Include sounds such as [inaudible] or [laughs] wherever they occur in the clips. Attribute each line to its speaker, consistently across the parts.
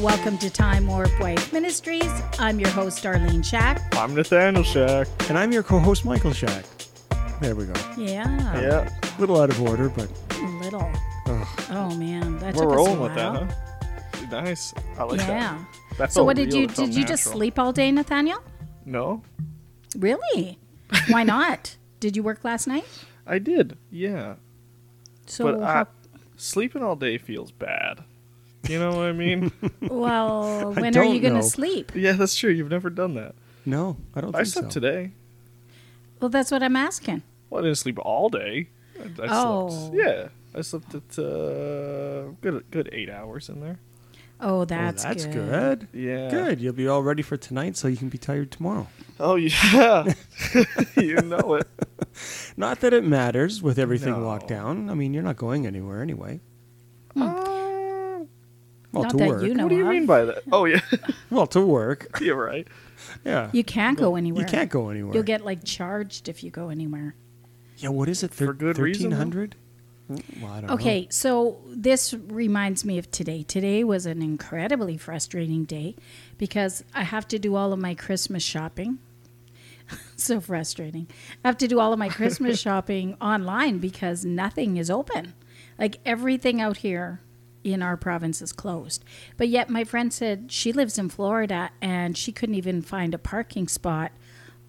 Speaker 1: welcome to Time Warp White Ministries. I'm your host, Darlene Shack.
Speaker 2: I'm Nathaniel Shack.
Speaker 3: And I'm your co host, Michael Shack. There we go.
Speaker 1: Yeah,
Speaker 2: Yeah,
Speaker 3: A little out of order, but
Speaker 1: little.
Speaker 3: ugh.
Speaker 1: Oh man, that
Speaker 2: we're
Speaker 1: took us
Speaker 2: rolling
Speaker 1: a
Speaker 2: with that,
Speaker 1: while.
Speaker 2: huh? Nice. I like
Speaker 1: Yeah.
Speaker 2: that. That
Speaker 1: So
Speaker 2: felt
Speaker 1: what did
Speaker 2: real.
Speaker 1: you
Speaker 2: It felt
Speaker 1: did you just
Speaker 2: natural.
Speaker 1: sleep all day, Nathaniel?
Speaker 2: No, [laughs]
Speaker 1: Really? Why not? Did you work last night?
Speaker 2: I did. Yeah,
Speaker 1: So
Speaker 2: but I, sleeping all day feels bad. You know what
Speaker 1: [laughs]
Speaker 2: I mean?
Speaker 1: how-
Speaker 2: [laughs]
Speaker 1: well, when are
Speaker 3: don't
Speaker 1: you going to
Speaker 3: know.
Speaker 1: sleep?
Speaker 2: yeah, that's true. You've never done that.
Speaker 3: No, I don't
Speaker 2: I
Speaker 3: think
Speaker 2: slept
Speaker 3: so.
Speaker 2: today.
Speaker 1: Well, that's what I'm asking.
Speaker 2: Well, I didn't sleep all day. I, I
Speaker 1: Oh.
Speaker 2: slept. Yeah, I slept at uh, good good eight hours in there.
Speaker 1: Oh,
Speaker 3: Oh,
Speaker 1: that's,
Speaker 3: that's
Speaker 1: good.
Speaker 3: good.
Speaker 2: Yeah.
Speaker 3: Good. You'll be all ready for tonight so you can be tired tomorrow.
Speaker 2: Oh yeah. [laughs] you know it.
Speaker 3: Not that it matters with everything
Speaker 2: No.
Speaker 3: locked down. I mean, you're not going anywhere anyway.
Speaker 2: Uh,
Speaker 3: Well,
Speaker 1: Not
Speaker 3: to
Speaker 1: that
Speaker 3: work.
Speaker 1: you Hmm. know
Speaker 2: what do you
Speaker 1: of.
Speaker 2: mean by that? Oh yeah. [laughs]
Speaker 3: Well, to work. [laughs]
Speaker 2: You're right.
Speaker 3: Yeah.
Speaker 1: You can't go anywhere.
Speaker 3: You can't go anywhere.
Speaker 1: You'll get like charged if you go anywhere.
Speaker 3: Yeah, what is it? Thir-
Speaker 2: For good reason, though?
Speaker 3: 1300? Mm, Well, I don't know.
Speaker 1: Okay, so this reminds me of today. Today was an incredibly frustrating day because I have to do all of my Christmas shopping. [laughs] so frustrating. I have to do all of my
Speaker 3: [laughs]
Speaker 1: Christmas shopping online because nothing is open. Like everything out here in our province is closed. But yet my friend said she lives in Florida and she couldn't even find a parking spot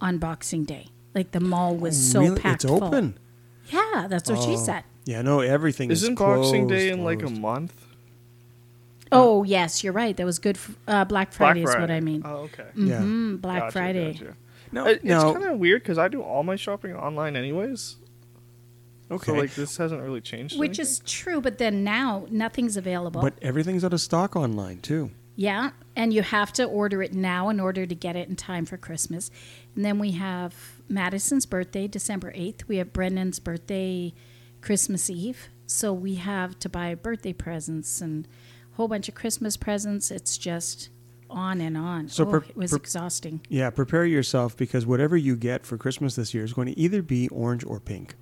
Speaker 1: on Boxing Day. Like the mall was so
Speaker 3: really?
Speaker 1: packed
Speaker 3: It's open. Oh.
Speaker 1: full. Yeah, that's what she said.
Speaker 3: Yeah, no, everything is
Speaker 2: Isn't Boxing
Speaker 3: closed,
Speaker 2: Day in like a
Speaker 3: closed.
Speaker 2: month?
Speaker 1: Oh yes, you're right. That was good. Fr- uh, Black Friday is what I mean.
Speaker 2: Oh, okay.
Speaker 3: Yeah.
Speaker 1: Mm, Black
Speaker 2: Gotcha,
Speaker 1: Friday.
Speaker 2: gotcha.
Speaker 3: No,
Speaker 2: It-
Speaker 3: no.
Speaker 2: It's kind of weird because I do all my shopping online anyways.
Speaker 3: okay.
Speaker 2: So like this hasn't really changed.
Speaker 1: Which is true, but then now nothing's available.
Speaker 3: But everything's out of stock online too.
Speaker 1: yeah, and you have to order it now in order to get it in time for Christmas. And then we have Madison's birthday, December 8th. We have Brendan's birthday, Christmas Eve. So we have to buy birthday presents and a whole bunch of Christmas presents. It's just on and on.
Speaker 3: So
Speaker 1: oh,
Speaker 3: per-
Speaker 1: it was
Speaker 3: per-
Speaker 1: exhausting.
Speaker 3: Yeah, prepare yourself because whatever you get for Christmas this year is going to either be orange or pink.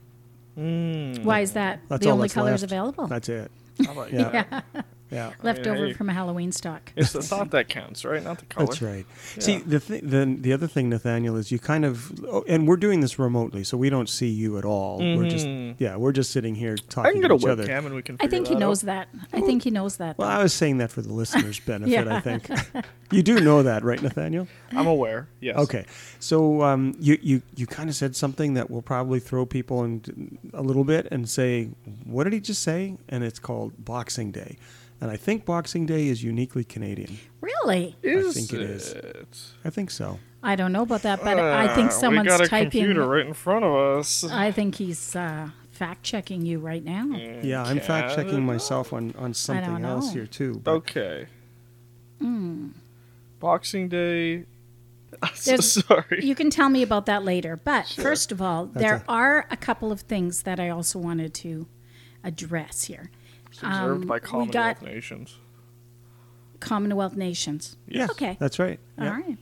Speaker 1: Why is that
Speaker 3: Mm. That's
Speaker 1: the
Speaker 3: all
Speaker 1: only
Speaker 3: that's
Speaker 1: colors
Speaker 3: left.
Speaker 1: available? [laughs]
Speaker 3: That's it.
Speaker 2: is. I like
Speaker 3: Yeah.
Speaker 2: that.
Speaker 3: Yeah.
Speaker 1: left
Speaker 2: mean,
Speaker 1: over
Speaker 2: hey.
Speaker 1: from a Halloween stock.
Speaker 2: [laughs] It's the thought that counts, right? Not the color.
Speaker 3: That's right. See,
Speaker 2: Yeah.
Speaker 3: the, th- the the other thing, Nathaniel, is you kind of, oh, and we're doing this remotely, so we don't see you at all. We're just, yeah, we're just sitting here
Speaker 2: Mm-hmm. I
Speaker 3: talking
Speaker 2: can get
Speaker 3: to
Speaker 2: a
Speaker 3: each other.
Speaker 2: webcam and we can.
Speaker 1: I think he
Speaker 2: figure that
Speaker 1: knows
Speaker 2: out.
Speaker 1: that. I think he knows that.
Speaker 3: Well, I was saying that for the
Speaker 1: [laughs]
Speaker 3: listeners' benefit.
Speaker 1: Yeah.
Speaker 3: I think you do know that, right, Nathaniel?
Speaker 2: I'm aware. Yes.
Speaker 3: Okay, so um, you you you kind of said something that will probably throw people in a little bit and say, "What did he just say?" And it's called Boxing Day, and I think Boxing Day is uniquely Canadian.
Speaker 1: really?
Speaker 2: Is
Speaker 3: think it is. I think so.
Speaker 1: I don't know about that, but
Speaker 2: Uh,
Speaker 1: I think someone's
Speaker 2: we got a
Speaker 1: typing.
Speaker 2: computer right in front of us.
Speaker 1: I think he's uh, fact checking you right now.
Speaker 2: [laughs]
Speaker 3: Yeah, I'm fact checking
Speaker 2: Canada? Oh,
Speaker 3: myself on on something
Speaker 1: know.
Speaker 3: else here too. but-
Speaker 2: Okay.
Speaker 1: Hmm.
Speaker 2: Boxing Day. [laughs] I'm so
Speaker 1: There's-
Speaker 2: sorry.
Speaker 1: You can tell me about that later. But first of all, there
Speaker 3: a-
Speaker 1: are a couple of things that I also wanted to address here.
Speaker 2: it's observed
Speaker 1: um,
Speaker 2: by
Speaker 1: we
Speaker 2: Commonwealth
Speaker 1: got-
Speaker 2: nations.
Speaker 1: Commonwealth nations.
Speaker 3: Yeah.
Speaker 1: Okay.
Speaker 3: That's right.
Speaker 1: All
Speaker 3: Yeah.
Speaker 1: right.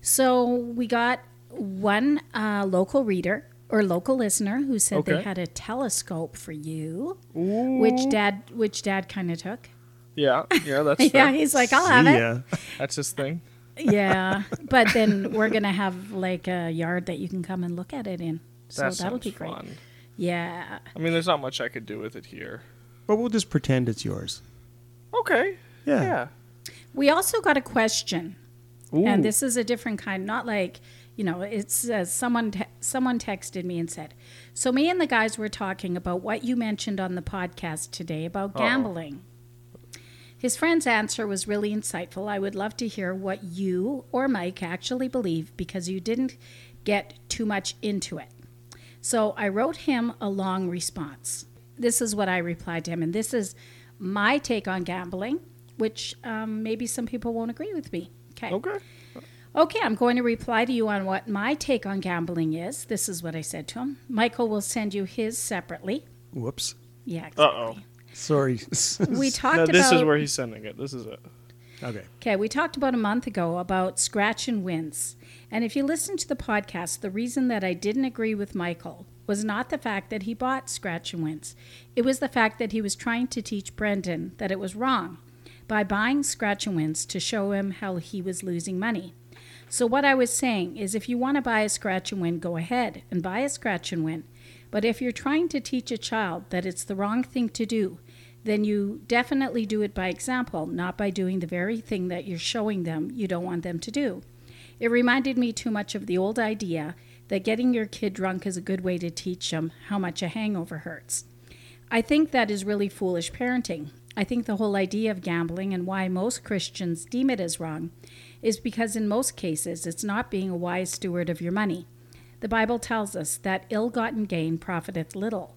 Speaker 1: So we got one uh, local reader or local listener who said they
Speaker 2: Okay.
Speaker 1: had a telescope for you, which dad which dad kind of took. [laughs]
Speaker 2: Yeah. Yeah. That's
Speaker 1: Yeah,
Speaker 2: fair.
Speaker 1: he's like, I'll have it.
Speaker 3: Yeah.
Speaker 2: That's his thing.
Speaker 1: [laughs] Yeah, but then we're gonna have like a yard that you can come and look at it in. So
Speaker 2: That
Speaker 1: that'll
Speaker 2: sounds
Speaker 1: be great.
Speaker 2: fun.
Speaker 1: Yeah,
Speaker 2: I mean, there's not much I could do with it here.
Speaker 3: But we'll just pretend it's yours.
Speaker 2: Okay.
Speaker 3: Yeah.
Speaker 2: Yeah.
Speaker 1: we also got a question,
Speaker 2: Ooh.
Speaker 1: and this is a different kind. Not like you know, it says someone te- someone texted me and said, "So me and the guys were talking about what you mentioned on the podcast today about gambling." His friend's answer was really insightful. I would love to hear what you or Mike actually believe because you didn't get too much into it. So I wrote him a long response. This is what I replied to him, and this is my take on gambling, which um, maybe some people won't agree with me. Okay.
Speaker 2: Okay.
Speaker 1: Okay, I'm going to reply to you on what my take on gambling is. This is what I said to him. Michael will send you his separately.
Speaker 3: Whoops.
Speaker 1: Yeah. Exactly.
Speaker 2: Uh oh.
Speaker 3: Sorry. [laughs]
Speaker 1: We talked
Speaker 2: No,
Speaker 1: about
Speaker 2: this is where he's sending it. This is it.
Speaker 3: okay.
Speaker 1: Okay, we talked about a month ago about scratch and wins. And if you listen to the podcast, the reason that I didn't agree with Michael was not the fact that he bought scratch and wins. It was the fact that he was trying to teach Brendan that it was wrong. by buying scratch and wins to show him how he was losing money. So, what I was saying is if you want to buy a scratch and win, go ahead and buy a scratch and win. But if you're trying to teach a child that it's the wrong thing to do, then you definitely do it by example, not by doing the very thing that you're showing them you don't want them to do. It reminded me too much of the old idea that getting your kid drunk is a good way to teach them how much a hangover hurts. I think that is really foolish parenting. I think the whole idea of gambling and why most Christians deem it as wrong is because in most cases it's not being a wise steward of your money. The Bible tells us that ill gotten gain profiteth little.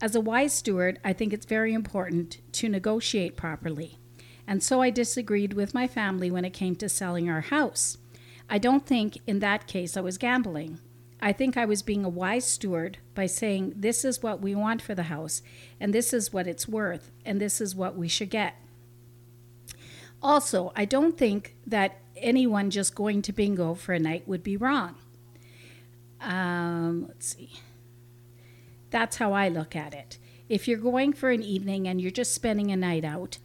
Speaker 1: As a wise steward, I think it's very important to negotiate properly. And so I disagreed with my family when it came to selling our house. I don't think in that case I was gambling. I think I was being a wise steward by saying, this is what we want for the house, and this is what it's worth, and this is what we should get. Also, I don't think that anyone just going to bingo for a night would be wrong. Um, let's see. That's how I look at it. If you're going for an evening and you're just spending a night out,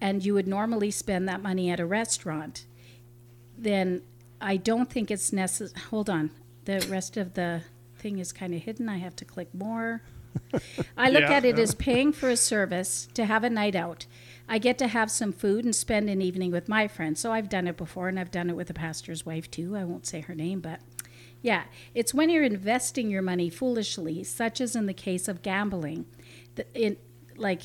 Speaker 1: and you would normally spend that money at a restaurant, then I don't think it's necessary. Hold on, the rest of the thing is kind of hidden. I have to click more. I look
Speaker 2: Yeah.
Speaker 1: at it as paying for a service to have a night out. I get to have some food and spend an evening with my friends. So I've done it before, and I've done it with a pastor's wife too. I won't say her name, but yeah, it's when you're investing your money foolishly, such as in the case of gambling. that in like,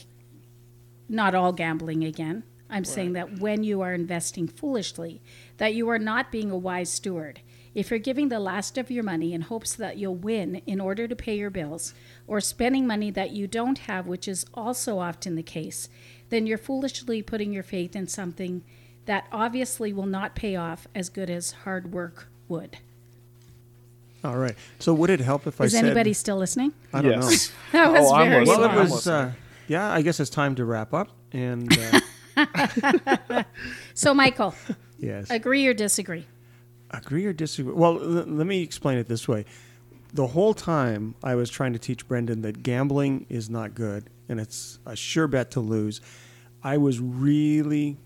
Speaker 1: not all gambling again. I'm saying that when you are investing foolishly, that you are not being a wise steward. If you're giving the last of your money in hopes that you'll win in order to pay your bills, or spending money that you don't have, which is also often the case, then you're foolishly putting your faith in something that obviously will not pay off as good as hard work would.
Speaker 3: All right. So would it help if
Speaker 1: Is
Speaker 3: I said?
Speaker 1: anybody still listening?
Speaker 3: I don't
Speaker 2: Yes. Oh,
Speaker 3: know.
Speaker 1: [laughs] That was
Speaker 2: I'm
Speaker 1: very
Speaker 2: listening.
Speaker 3: Well,
Speaker 1: long.
Speaker 3: it
Speaker 2: Almost.
Speaker 3: was. Uh, yeah, I guess it's time to wrap up. And
Speaker 1: [laughs]
Speaker 3: uh,
Speaker 1: So, Michael,
Speaker 3: [laughs] yes,
Speaker 1: agree or disagree?
Speaker 3: agree or disagree? Well, l- let me explain it this way. The whole time I was trying to teach Brendan that gambling is not good and it's a sure bet to lose. I was really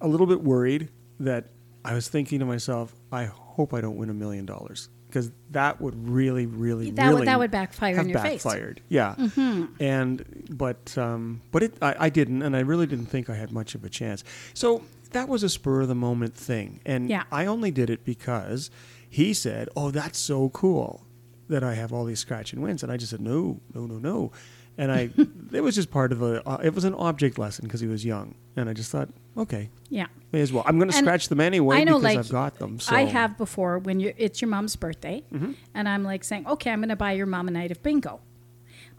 Speaker 3: a little bit worried that I was thinking to myself, I hope I don't win a million dollars because that would really, really,
Speaker 1: That would-
Speaker 3: really
Speaker 1: that would backfire
Speaker 3: have
Speaker 1: in your face.
Speaker 3: backfired. Yeah,
Speaker 1: Mm-hmm.
Speaker 3: and but um, but it I, I didn't, and I really didn't think I had much of a chance. So that was a spur of the moment thing, and
Speaker 1: Yeah.
Speaker 3: I only did it because he said, "Oh, that's so cool that I have all these scratch and wins," and I just said, "No, no, no, no."
Speaker 1: [laughs]
Speaker 3: And I, it was just part of a. Uh, it was an object lesson because he was young, and I just thought, okay,
Speaker 1: Yeah.
Speaker 3: May as well. I'm going to
Speaker 1: And
Speaker 3: scratch them anyway
Speaker 1: I know,
Speaker 3: because
Speaker 1: like,
Speaker 3: I've got them. So Mm-hmm.
Speaker 1: I have before when you it's your mom's birthday, and I'm like saying, okay, I'm going to buy your mom a night of bingo.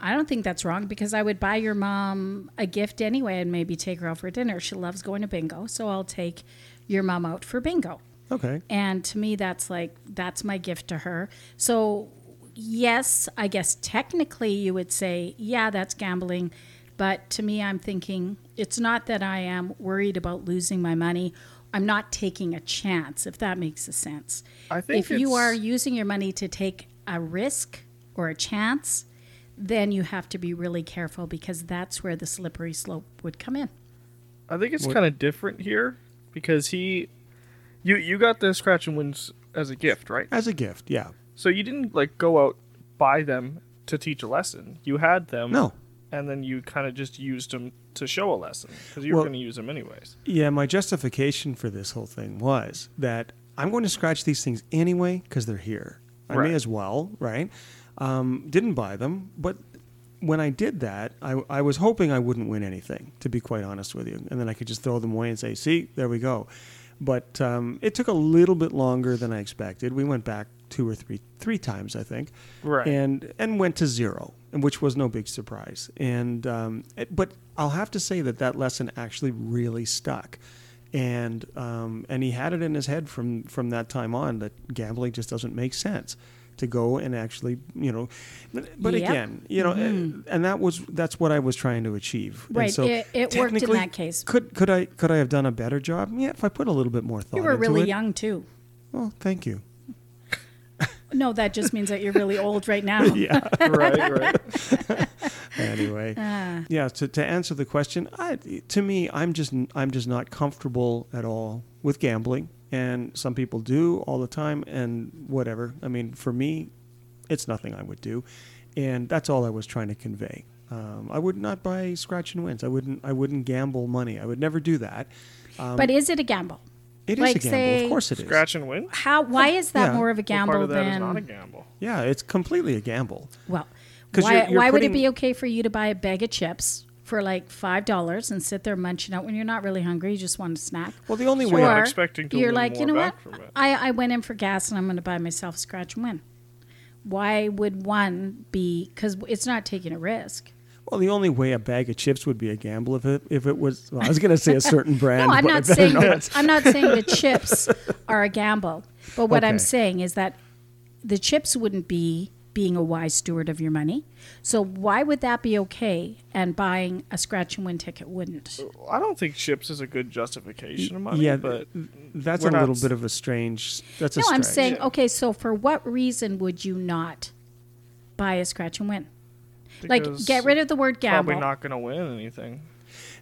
Speaker 1: I don't think that's wrong because I would buy your mom a gift anyway and maybe take her out for dinner. She loves going to bingo, so I'll take your mom out for bingo.
Speaker 3: Okay.
Speaker 1: And to me, that's like, that's my gift to her. So, yes, I guess technically you would say, yeah, that's gambling. But to me, I'm thinking it's not that I am worried about losing my money. I'm not taking a chance, if that makes a sense.
Speaker 2: I think
Speaker 1: if you
Speaker 2: it's-
Speaker 1: are using your money to take a risk or a chance, then you have to be really careful because that's where the slippery slope would come in.
Speaker 2: I think it's kind of different here because he, you you got the scratch and wins as a gift, right?
Speaker 3: As a gift, yeah.
Speaker 2: So you didn't like go out buy them to teach a lesson. You had them.
Speaker 3: No.
Speaker 2: And then you kind of just used them to show a lesson because you
Speaker 3: Well-
Speaker 2: were going to use them anyways.
Speaker 3: Yeah, my justification for this whole thing was that I'm going to scratch these things anyway because they're here. I
Speaker 2: Right.
Speaker 3: may as well, right? Um, didn't buy them, but when I did that, I, I was hoping I wouldn't win anything, to be quite honest with you. And then I could just throw them away and say, see, there we go. But um, it took a little bit longer than I expected. We went back two or three three times, I think.
Speaker 2: Right.
Speaker 3: And and and went to zero, and which was no big surprise. And um, it- but I'll have to say that that lesson actually really stuck, and um, and he had it in his head from from that time on that gambling just doesn't make sense to go and actually you know but, but
Speaker 1: Yep. Mm-hmm.
Speaker 3: again you know and that was that's what i was trying to achieve And
Speaker 1: Right, it- it worked in
Speaker 3: technically,
Speaker 1: that case.
Speaker 3: could could i could i have done a better job yeah if i put a little bit more thought
Speaker 1: You were
Speaker 3: into
Speaker 1: really
Speaker 3: it.
Speaker 1: young, too.
Speaker 3: well
Speaker 1: [laughs]
Speaker 3: thank you [laughs]
Speaker 1: No, that just means that you're really old right now. [laughs]
Speaker 3: yeah
Speaker 2: right. Right.
Speaker 3: I anyway.
Speaker 1: Ah.
Speaker 3: yeah, to, to answer the question, I, to me, I'm just I'm just not comfortable at all with gambling, and some people do all the time, and whatever. I mean, for me, it's nothing I would do, and that's all I was trying to convey. Um, I would not buy scratch and wins. I wouldn't. I wouldn't gamble money. I would never do that.
Speaker 2: Um,
Speaker 1: but is it a gamble?
Speaker 3: It is
Speaker 1: Like,
Speaker 3: a gamble,
Speaker 1: say-
Speaker 3: of course it is.
Speaker 2: Scratch and win.
Speaker 1: How? Why is that
Speaker 3: Yeah.
Speaker 1: more of a
Speaker 2: Well,
Speaker 1: gamble
Speaker 2: part of that
Speaker 1: than?
Speaker 2: is not a gamble.
Speaker 3: Yeah, it's completely a gamble.
Speaker 1: Well,
Speaker 3: 'Cause
Speaker 1: why,
Speaker 3: you're- you're
Speaker 1: why would it
Speaker 3: putting-
Speaker 1: be okay for you to buy a bag of chips for like five dollars and sit there munching out when you're not really hungry, you just want a snack?
Speaker 3: Well, the only
Speaker 2: You're
Speaker 3: way
Speaker 2: not
Speaker 1: Or
Speaker 2: expecting to
Speaker 1: you're
Speaker 2: win
Speaker 1: like,
Speaker 2: more
Speaker 1: you know
Speaker 2: back
Speaker 1: what?
Speaker 2: from it.
Speaker 1: I, I went in for gas and I'm going to buy myself a scratch and win. Why would one be? Because it's not taking a risk.
Speaker 3: well, the only way a bag of chips would be a gamble if it if it was. Well, I was going to say
Speaker 1: [laughs]
Speaker 3: a certain brand.
Speaker 1: No, I'm
Speaker 3: but I
Speaker 1: not
Speaker 3: better
Speaker 1: saying
Speaker 3: not.
Speaker 1: that, [laughs] I'm not saying the chips are a gamble. But what
Speaker 3: Okay.
Speaker 1: I'm saying is that the chips wouldn't be being a wise steward of your money. So why would that be okay and buying a scratch and win ticket wouldn't?
Speaker 2: I don't think chips is a good justification of money.
Speaker 3: Yeah,
Speaker 2: but
Speaker 3: th- that's a
Speaker 2: we're not
Speaker 3: little
Speaker 2: s-
Speaker 3: bit of a strange. That's a
Speaker 1: No, I'm
Speaker 3: stretch.
Speaker 1: saying okay, so for what reason would you not buy a scratch and win? Like
Speaker 2: because
Speaker 1: get rid of the word
Speaker 2: Probably
Speaker 1: gamble.
Speaker 2: not going to win anything.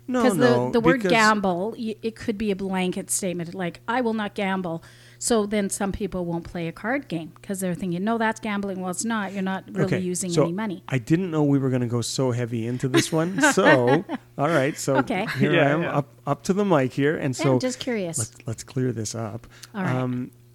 Speaker 3: no,
Speaker 1: Because
Speaker 3: Oh, no,
Speaker 1: the, the word
Speaker 3: because-
Speaker 1: gamble, y- it could be a blanket statement like, I will not gamble. So then some people won't play a card game because they're thinking, no, that's gambling. Well, it's not. You're not really
Speaker 3: Okay,
Speaker 1: using
Speaker 3: so
Speaker 1: any money.
Speaker 3: I didn't know we were going to go so heavy into this
Speaker 1: [laughs]
Speaker 3: one. So, all right. So
Speaker 1: Okay.
Speaker 3: here I
Speaker 2: Yeah,
Speaker 3: am
Speaker 2: yeah.
Speaker 3: up up to the mic here, and so
Speaker 1: I'm just curious.
Speaker 3: Let's, let's clear this up. Um,
Speaker 1: All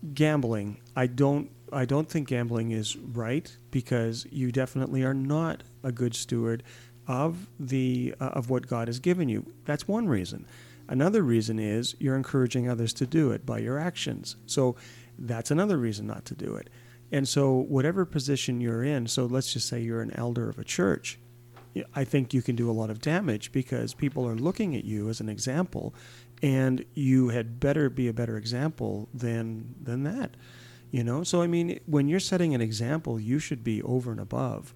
Speaker 1: right.
Speaker 3: gambling. I don't. I don't think gambling is right because you definitely are not a good steward of the uh, of what God has given you. That's one reason. Another reason is you're encouraging others to do it by your actions. So that's another reason not to do it. And so whatever position you're in, so let's just say you're an elder of a church, yeah, I think you can do a lot of damage because people are looking at you as an example, and you had better be a better example than than that. You know, so I mean, when you're setting an example, you should be over and above.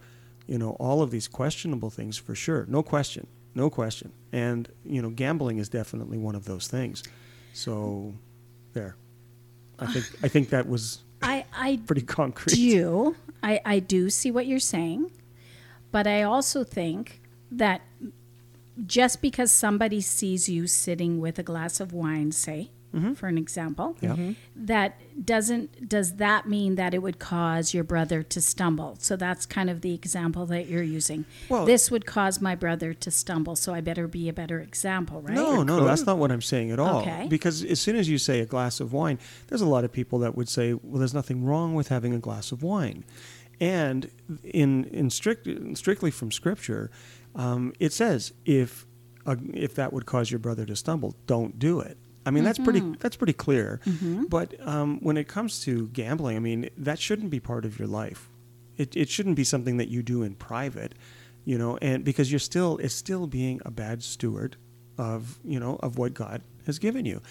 Speaker 3: You know, all of these questionable things for sure, no question, no question. And you know, gambling is definitely one of those things. So, there, I think I think that was
Speaker 1: I, I
Speaker 3: pretty [laughs] concrete.
Speaker 1: do. I, I do see what you're saying. But I also think that just because somebody sees you sitting with a glass of wine, say, for an example,
Speaker 3: Mm-hmm. Yeah. Mhm.
Speaker 1: that doesn't, does that mean that it would cause your brother to stumble? So that's kind of the example that you're using.
Speaker 3: Well-
Speaker 1: this would cause my brother to stumble, so I better be a better example, right?
Speaker 3: No, no,
Speaker 2: could.
Speaker 3: that's not what I'm saying at all.
Speaker 1: Okay.
Speaker 3: Because as soon as you say a glass of wine, there's a lot of people that would say, "Well, there's nothing wrong with having a glass of wine," and in in strict strictly from Scripture, um, it says if a, if that would cause your brother to stumble, don't do it. I mean, that's pretty
Speaker 1: Mm-hmm.
Speaker 3: that's pretty clear. But um, when it comes to gambling, I mean, that shouldn't be part of your life. It it shouldn't be something that you do in private, you know, and because you're still it's still being a bad steward of you know of what God has given you.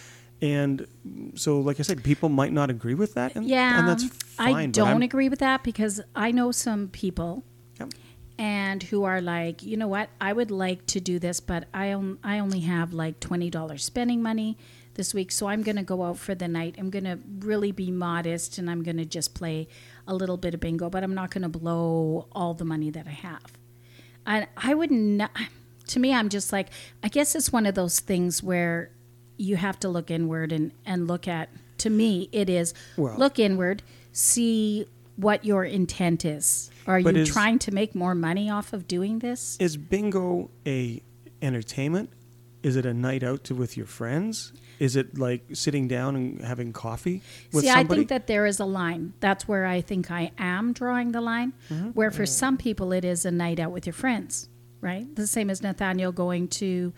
Speaker 3: And so, like I said, people might not agree with that, and,
Speaker 1: Yeah.
Speaker 3: and that's fine.
Speaker 1: I
Speaker 3: but I'm-
Speaker 1: don't agree with that because I know some people
Speaker 3: Yep.
Speaker 1: and who are like, you know what, I would like to do this, but I, on, I only have like $20 spending money this week, so I'm going to go out for the night. I'm going to really be modest and I'm going to just play a little bit of bingo, but I'm not going to blow all the money that I have. And I would not, to me, I'm just like, I guess it's one of those things where you have to look inward and, and look at, to me, it is
Speaker 3: Well-
Speaker 1: look inward, see what your intent is. Are
Speaker 3: But
Speaker 1: you
Speaker 3: is-
Speaker 1: trying to make more money off of doing this?
Speaker 3: Is bingo a entertainment? Is it a night out to, with your friends? Is it like sitting down and having coffee with
Speaker 1: See, I
Speaker 3: somebody?
Speaker 1: think that there is a line. That's where I think I am drawing the line.
Speaker 3: Mm-hmm.
Speaker 1: Where for some people it is a night out with your friends, right? The same as Nathaniel going to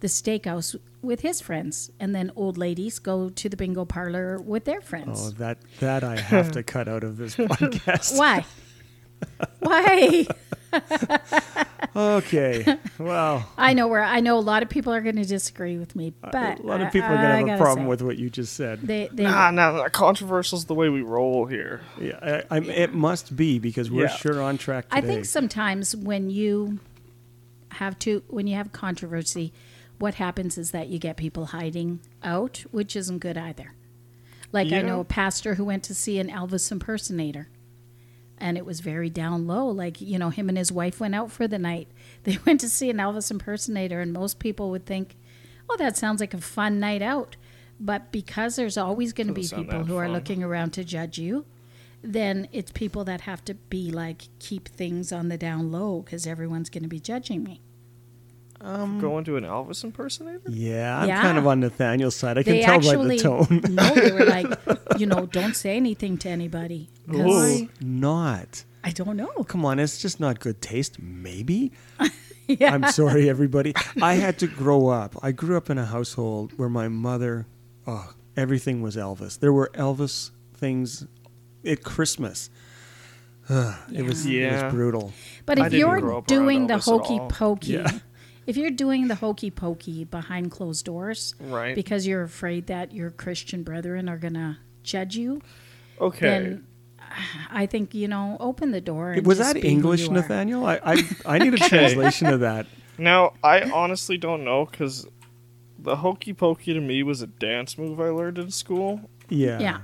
Speaker 1: the steakhouse with his friends, and then old ladies go to the bingo parlor with their
Speaker 3: oh,
Speaker 1: friends.
Speaker 3: that that I have to cut out
Speaker 1: [laughs]
Speaker 3: of this podcast. [laughs]
Speaker 1: Why? Why?
Speaker 3: Okay. Well,
Speaker 1: I know where I know a lot of people are going to disagree with me, but
Speaker 3: a lot of people are
Speaker 1: I- I
Speaker 3: gonna have a
Speaker 1: gotta
Speaker 3: problem
Speaker 1: say,
Speaker 3: with what you just said.
Speaker 1: they. they
Speaker 2: Nah, nah, controversial's the way we roll here.
Speaker 3: yeah, I, I'm, it must be because we're
Speaker 2: Yeah.
Speaker 3: sure on track
Speaker 1: I
Speaker 3: today.
Speaker 1: think sometimes when you have to when you have controversy, what happens is that you get people hiding out, which isn't good either. Like I
Speaker 2: Yeah.
Speaker 1: know a pastor who went to see an Elvis impersonator. and it was very down low. Like, you know, him and his wife went out for the night. [laughs] They went to see an Elvis impersonator, and most people would think, oh, that sounds like a fun night out. But because there's always going to be
Speaker 4: Doesn't sound
Speaker 1: people
Speaker 4: that
Speaker 1: who are
Speaker 4: fun.
Speaker 1: looking around to judge you, then it's people that have to be like, keep things on the down low because everyone's going to be judging me. Um,
Speaker 4: Going to an Elvis impersonator?
Speaker 3: Yeah, I'm
Speaker 1: Yeah.
Speaker 3: kind of on Nathaniel's side. I can
Speaker 1: they
Speaker 3: tell
Speaker 1: actually,
Speaker 3: by the tone. [laughs]
Speaker 1: [laughs] no, they were like, you know, don't say anything to anybody. 'cause
Speaker 3: Why not?
Speaker 1: I don't know. [laughs]
Speaker 3: Come on, it's just not good taste. Maybe.
Speaker 1: Yeah. [laughs]
Speaker 3: I'm sorry, everybody. I had to grow up. I grew up in a household where my mother, oh, everything was Elvis. There were Elvis things at Christmas. [sighs] Ugh, It was it
Speaker 2: Yeah.
Speaker 3: was brutal.
Speaker 1: But
Speaker 2: I
Speaker 1: if
Speaker 2: didn't
Speaker 1: you're
Speaker 2: grow up
Speaker 1: doing
Speaker 2: around
Speaker 1: the
Speaker 2: Elvis at
Speaker 1: hokey
Speaker 2: all.
Speaker 1: pokey,
Speaker 3: Yeah.
Speaker 1: [laughs] if you're doing the hokey pokey behind closed doors,
Speaker 2: Right.
Speaker 1: because you're afraid that your Christian brethren are gonna judge you,
Speaker 2: Okay.
Speaker 1: then [sighs] I think you know, open the door. And
Speaker 3: was
Speaker 1: just
Speaker 3: that
Speaker 1: be who
Speaker 3: English,
Speaker 1: you are.
Speaker 3: Nathaniel? I, I I need a translation of that.
Speaker 2: Now, I honestly don't know because the hokey pokey to me was a dance move I learned in school.
Speaker 3: Yeah.
Speaker 1: Yeah,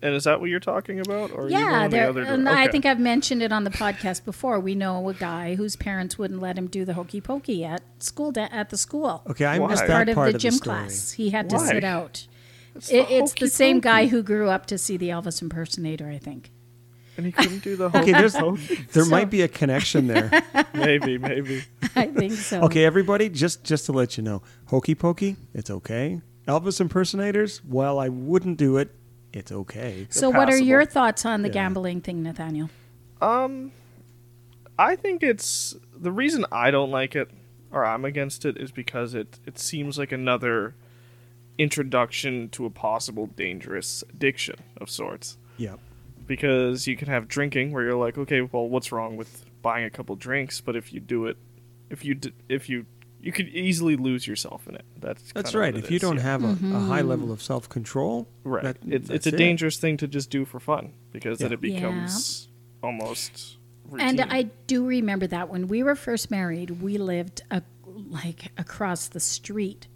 Speaker 2: And is that what you're talking about? Or are you
Speaker 1: yeah.
Speaker 2: going the
Speaker 1: There,
Speaker 2: other
Speaker 1: and
Speaker 2: dire-
Speaker 1: I
Speaker 2: okay.
Speaker 1: think I've mentioned it on the podcast before. We know a guy whose parents wouldn't let him do the hokey pokey at school da- at the school.
Speaker 3: Okay, I
Speaker 2: Why?
Speaker 3: missed that
Speaker 1: part
Speaker 3: part
Speaker 1: of the
Speaker 3: the
Speaker 1: gym
Speaker 3: story.
Speaker 1: class. He had to
Speaker 2: Why?
Speaker 1: sit out. It's,
Speaker 2: the
Speaker 1: it, it's the
Speaker 2: hokey
Speaker 1: same guy
Speaker 2: pokey.
Speaker 1: who grew up to see the Elvis impersonator, I think.
Speaker 2: And he couldn't do the hokey
Speaker 3: Okay, there's
Speaker 2: pokey.
Speaker 3: there
Speaker 1: So-
Speaker 3: might be a
Speaker 1: [laughs]
Speaker 3: connection there.
Speaker 2: Maybe, maybe.
Speaker 1: [laughs] I think so.
Speaker 3: Okay, everybody, just just to let you know, hokey pokey, it's okay. Elvis impersonators, while I wouldn't do it, it's okay.
Speaker 1: So, what are
Speaker 2: passable.
Speaker 1: your thoughts on the
Speaker 3: Yeah.
Speaker 1: gambling thing, Nathaniel?
Speaker 2: Um, I think it's the reason I don't like it or I'm against it is because it it seems like another introduction to a possible dangerous addiction of sorts.
Speaker 3: Yep.
Speaker 2: Because you can have drinking where you're like, okay, well, what's wrong with buying a couple drinks? But if you do it, if you d- if you you could easily lose yourself in it. That's
Speaker 3: That's
Speaker 2: kinda
Speaker 3: right.
Speaker 2: what it
Speaker 3: If you
Speaker 2: is,
Speaker 3: don't
Speaker 2: yeah.
Speaker 3: have a, a high
Speaker 1: Mm-hmm.
Speaker 3: level of self control,
Speaker 2: right,
Speaker 3: that-
Speaker 2: it's it's
Speaker 3: that's
Speaker 2: a
Speaker 3: it.
Speaker 2: dangerous thing to just do for fun because then
Speaker 3: Yeah.
Speaker 2: it becomes almost.
Speaker 1: And
Speaker 2: Routine.
Speaker 1: I do remember that when we were first married, we lived a, like across the street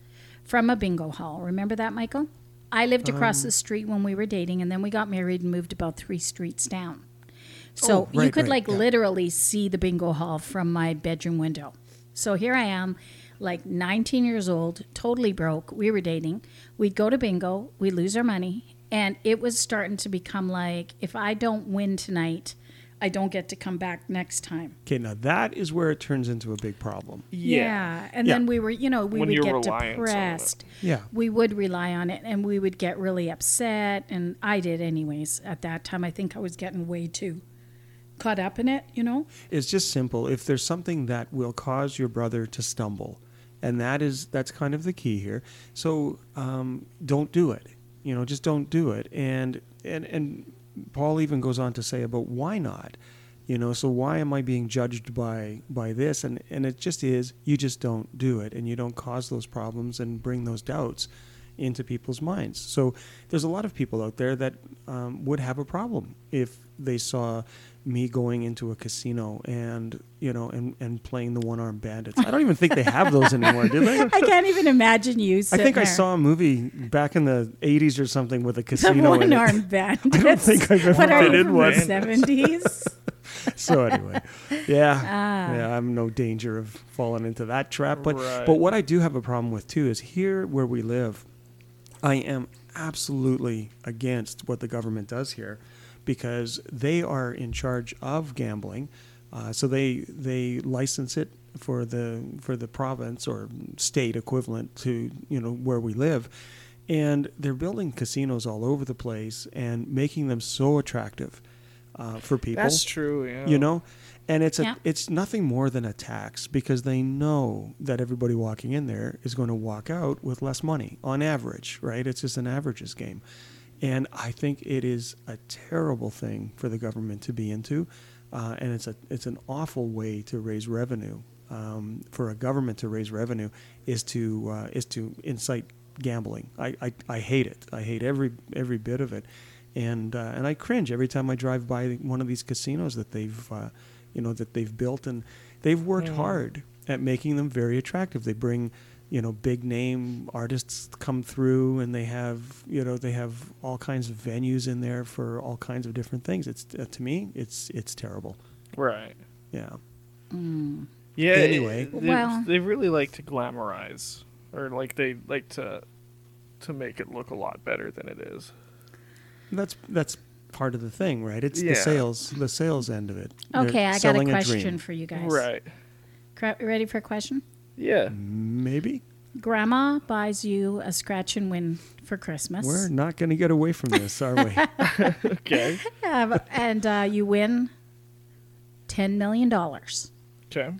Speaker 1: from a bingo hall. Remember that, Michael? I lived across
Speaker 3: Oh.
Speaker 1: the street when we were dating, and then we got married and moved about three streets down. So
Speaker 3: Oh, right,
Speaker 1: you could
Speaker 3: right,
Speaker 1: like
Speaker 3: yeah.
Speaker 1: literally see the bingo hall from my bedroom window. So here I am, like 19 years old, totally broke. We were dating. We'd go to bingo, we lose our money, and it was starting to become like if I don't win tonight, I don't get to come back next time.
Speaker 3: Okay, now that is where it turns into a big problem.
Speaker 1: And
Speaker 3: Yeah.
Speaker 1: then we were, you know, we
Speaker 2: When
Speaker 1: would
Speaker 2: you're
Speaker 1: get
Speaker 2: reliant on it.
Speaker 1: depressed.
Speaker 3: Yeah.
Speaker 1: We would rely on it and we would get really upset. And I did, anyways, at that time. I think I was getting way too caught up in it, you know?
Speaker 3: It's just simple. If there's something that will cause your brother to stumble, and that is that's kind of the key here. So um, don't do it. You know, just don't do it. And and and Paul even goes on to say about why not. You know, so why am I being judged by by this? And and it just is. You just don't do it, and you don't cause those problems and bring those doubts into people's minds. So there's a lot of people out there that um, would have a problem if they saw me going into a casino and you know and, and playing the one armed bandits. I don't even think they have those anymore,
Speaker 1: [laughs]
Speaker 3: do they?
Speaker 1: I can't even imagine you.
Speaker 3: I
Speaker 1: Sitting
Speaker 3: think I
Speaker 1: there.
Speaker 3: saw a movie back in the 80s or something with a
Speaker 1: the
Speaker 3: casino in
Speaker 1: one
Speaker 3: it.
Speaker 1: armed bandits.
Speaker 3: I don't think I've ever
Speaker 1: what are
Speaker 3: been
Speaker 1: you
Speaker 3: in
Speaker 1: from
Speaker 3: one.
Speaker 1: the
Speaker 3: [laughs]
Speaker 1: seventies?
Speaker 3: [laughs] so anyway,
Speaker 1: [laughs]
Speaker 3: yeah,
Speaker 1: Ah.
Speaker 3: yeah, I'm no danger of falling into that trap. But
Speaker 2: Right.
Speaker 3: but what I do have a problem with too is here where we live, I am absolutely against what the government does here, because they are in charge of gambling, uh, so they they license it for the for the province or state equivalent to you know where we live. And they're building casinos all over the place and making them so attractive uh, for people
Speaker 2: That's true. Yeah.
Speaker 3: you know and it's a
Speaker 1: Yeah.
Speaker 3: it's nothing more than a tax because they know that everybody walking in there is going to walk out with less money on average right it's just an averages game and i think it is a terrible thing for the government to be into uh, and it's a it's an awful way to raise revenue um, for a government to raise revenue is to uh, is to incite gambling I, I i hate it i hate every every bit of it and uh, and I cringe every time I drive by one of these casinos that they've uh, you know that they've built and they've worked hard at making them very attractive. They bring you know big name artists come through and they have you know they have all kinds of venues in there for all kinds of different things it's uh, to me it's it's terrible
Speaker 2: Right.
Speaker 3: yeah
Speaker 2: Yeah.
Speaker 3: Anyway.
Speaker 2: it- they,
Speaker 1: Well-
Speaker 2: they really like to glamorize, or like they like to to make it look a lot better than it is.
Speaker 3: that's that's part of the thing right it's
Speaker 2: Yeah.
Speaker 3: the sales the sales end of it They're
Speaker 1: Okay, I got a
Speaker 3: selling
Speaker 1: question
Speaker 3: dream.
Speaker 1: for you guys.
Speaker 2: Right.
Speaker 1: Cra- ready for a question?
Speaker 2: Yeah.
Speaker 3: Mm. maybe
Speaker 1: Grandma buys you a scratch and win for Christmas.
Speaker 3: we're not going to get away from this are
Speaker 1: [laughs]
Speaker 3: we
Speaker 2: Okay.
Speaker 1: Um, and uh, you win $10 million.
Speaker 2: Okay.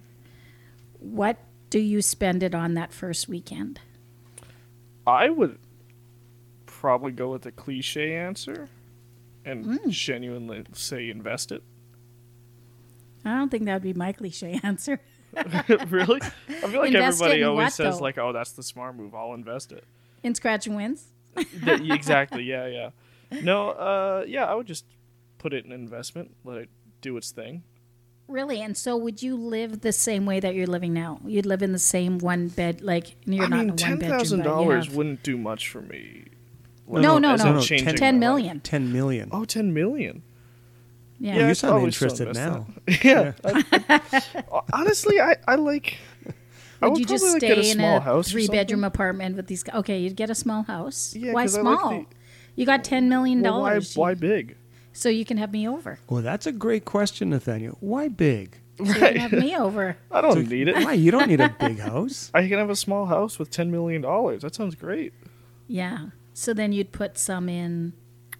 Speaker 1: What do you spend it on that first weekend?
Speaker 2: I would probably go with the cliche answer and
Speaker 1: Hmm.
Speaker 2: genuinely say invest it. [laughs]
Speaker 1: I don't think that would be my cliche [laughs] answer.
Speaker 2: really? I feel
Speaker 1: [laughs]
Speaker 2: like
Speaker 1: Invest it
Speaker 2: everybody
Speaker 1: in
Speaker 2: always
Speaker 1: what,
Speaker 2: says
Speaker 1: though?
Speaker 2: like, "Oh, that's the smart move. I'll invest it."
Speaker 1: In scratch and wins?
Speaker 2: That- exactly. Yeah, yeah. No, uh, yeah, I would just put it in investment, let it do its thing.
Speaker 1: Really? And so would you live the same way that you're living now? You'd live in the same one bed, like you're
Speaker 2: I
Speaker 1: not
Speaker 2: mean,
Speaker 1: in a one
Speaker 2: ten
Speaker 1: bedroom.
Speaker 2: thousand
Speaker 1: but you
Speaker 2: dollars
Speaker 1: have-
Speaker 2: wouldn't do much for me.
Speaker 1: No, no,
Speaker 2: as
Speaker 1: no.
Speaker 2: in changing
Speaker 1: Ten
Speaker 2: my
Speaker 1: ten
Speaker 2: life.
Speaker 1: million.
Speaker 3: 10 million
Speaker 2: Oh, 10 million.
Speaker 1: Yeah.
Speaker 3: you
Speaker 2: I'd
Speaker 3: sound
Speaker 2: probably still
Speaker 3: interested
Speaker 2: invest
Speaker 3: now
Speaker 2: that. [laughs] yeah. I- honestly, I, I like. I
Speaker 1: Would
Speaker 2: would
Speaker 1: you just
Speaker 2: probably, like,
Speaker 1: stay
Speaker 2: get a
Speaker 1: in
Speaker 2: small
Speaker 1: a
Speaker 2: house or
Speaker 1: three bedroom
Speaker 2: something.
Speaker 1: apartment with these? guys? Okay, you'd get a small house.
Speaker 2: Yeah,
Speaker 1: why
Speaker 2: 'cause I like
Speaker 1: small?
Speaker 2: the-
Speaker 1: you got ten million
Speaker 2: Well, why,
Speaker 1: dollars.
Speaker 2: why big?
Speaker 1: So you can have me
Speaker 2: [laughs]
Speaker 1: over.
Speaker 3: well that's a great question nathaniel why big
Speaker 1: So you can have me over.
Speaker 2: I don't need it.
Speaker 3: why you don't need a
Speaker 2: [laughs]
Speaker 3: big house
Speaker 2: I can have a small house with $10 million. That sounds great.
Speaker 1: Yeah. So then you'd put some in.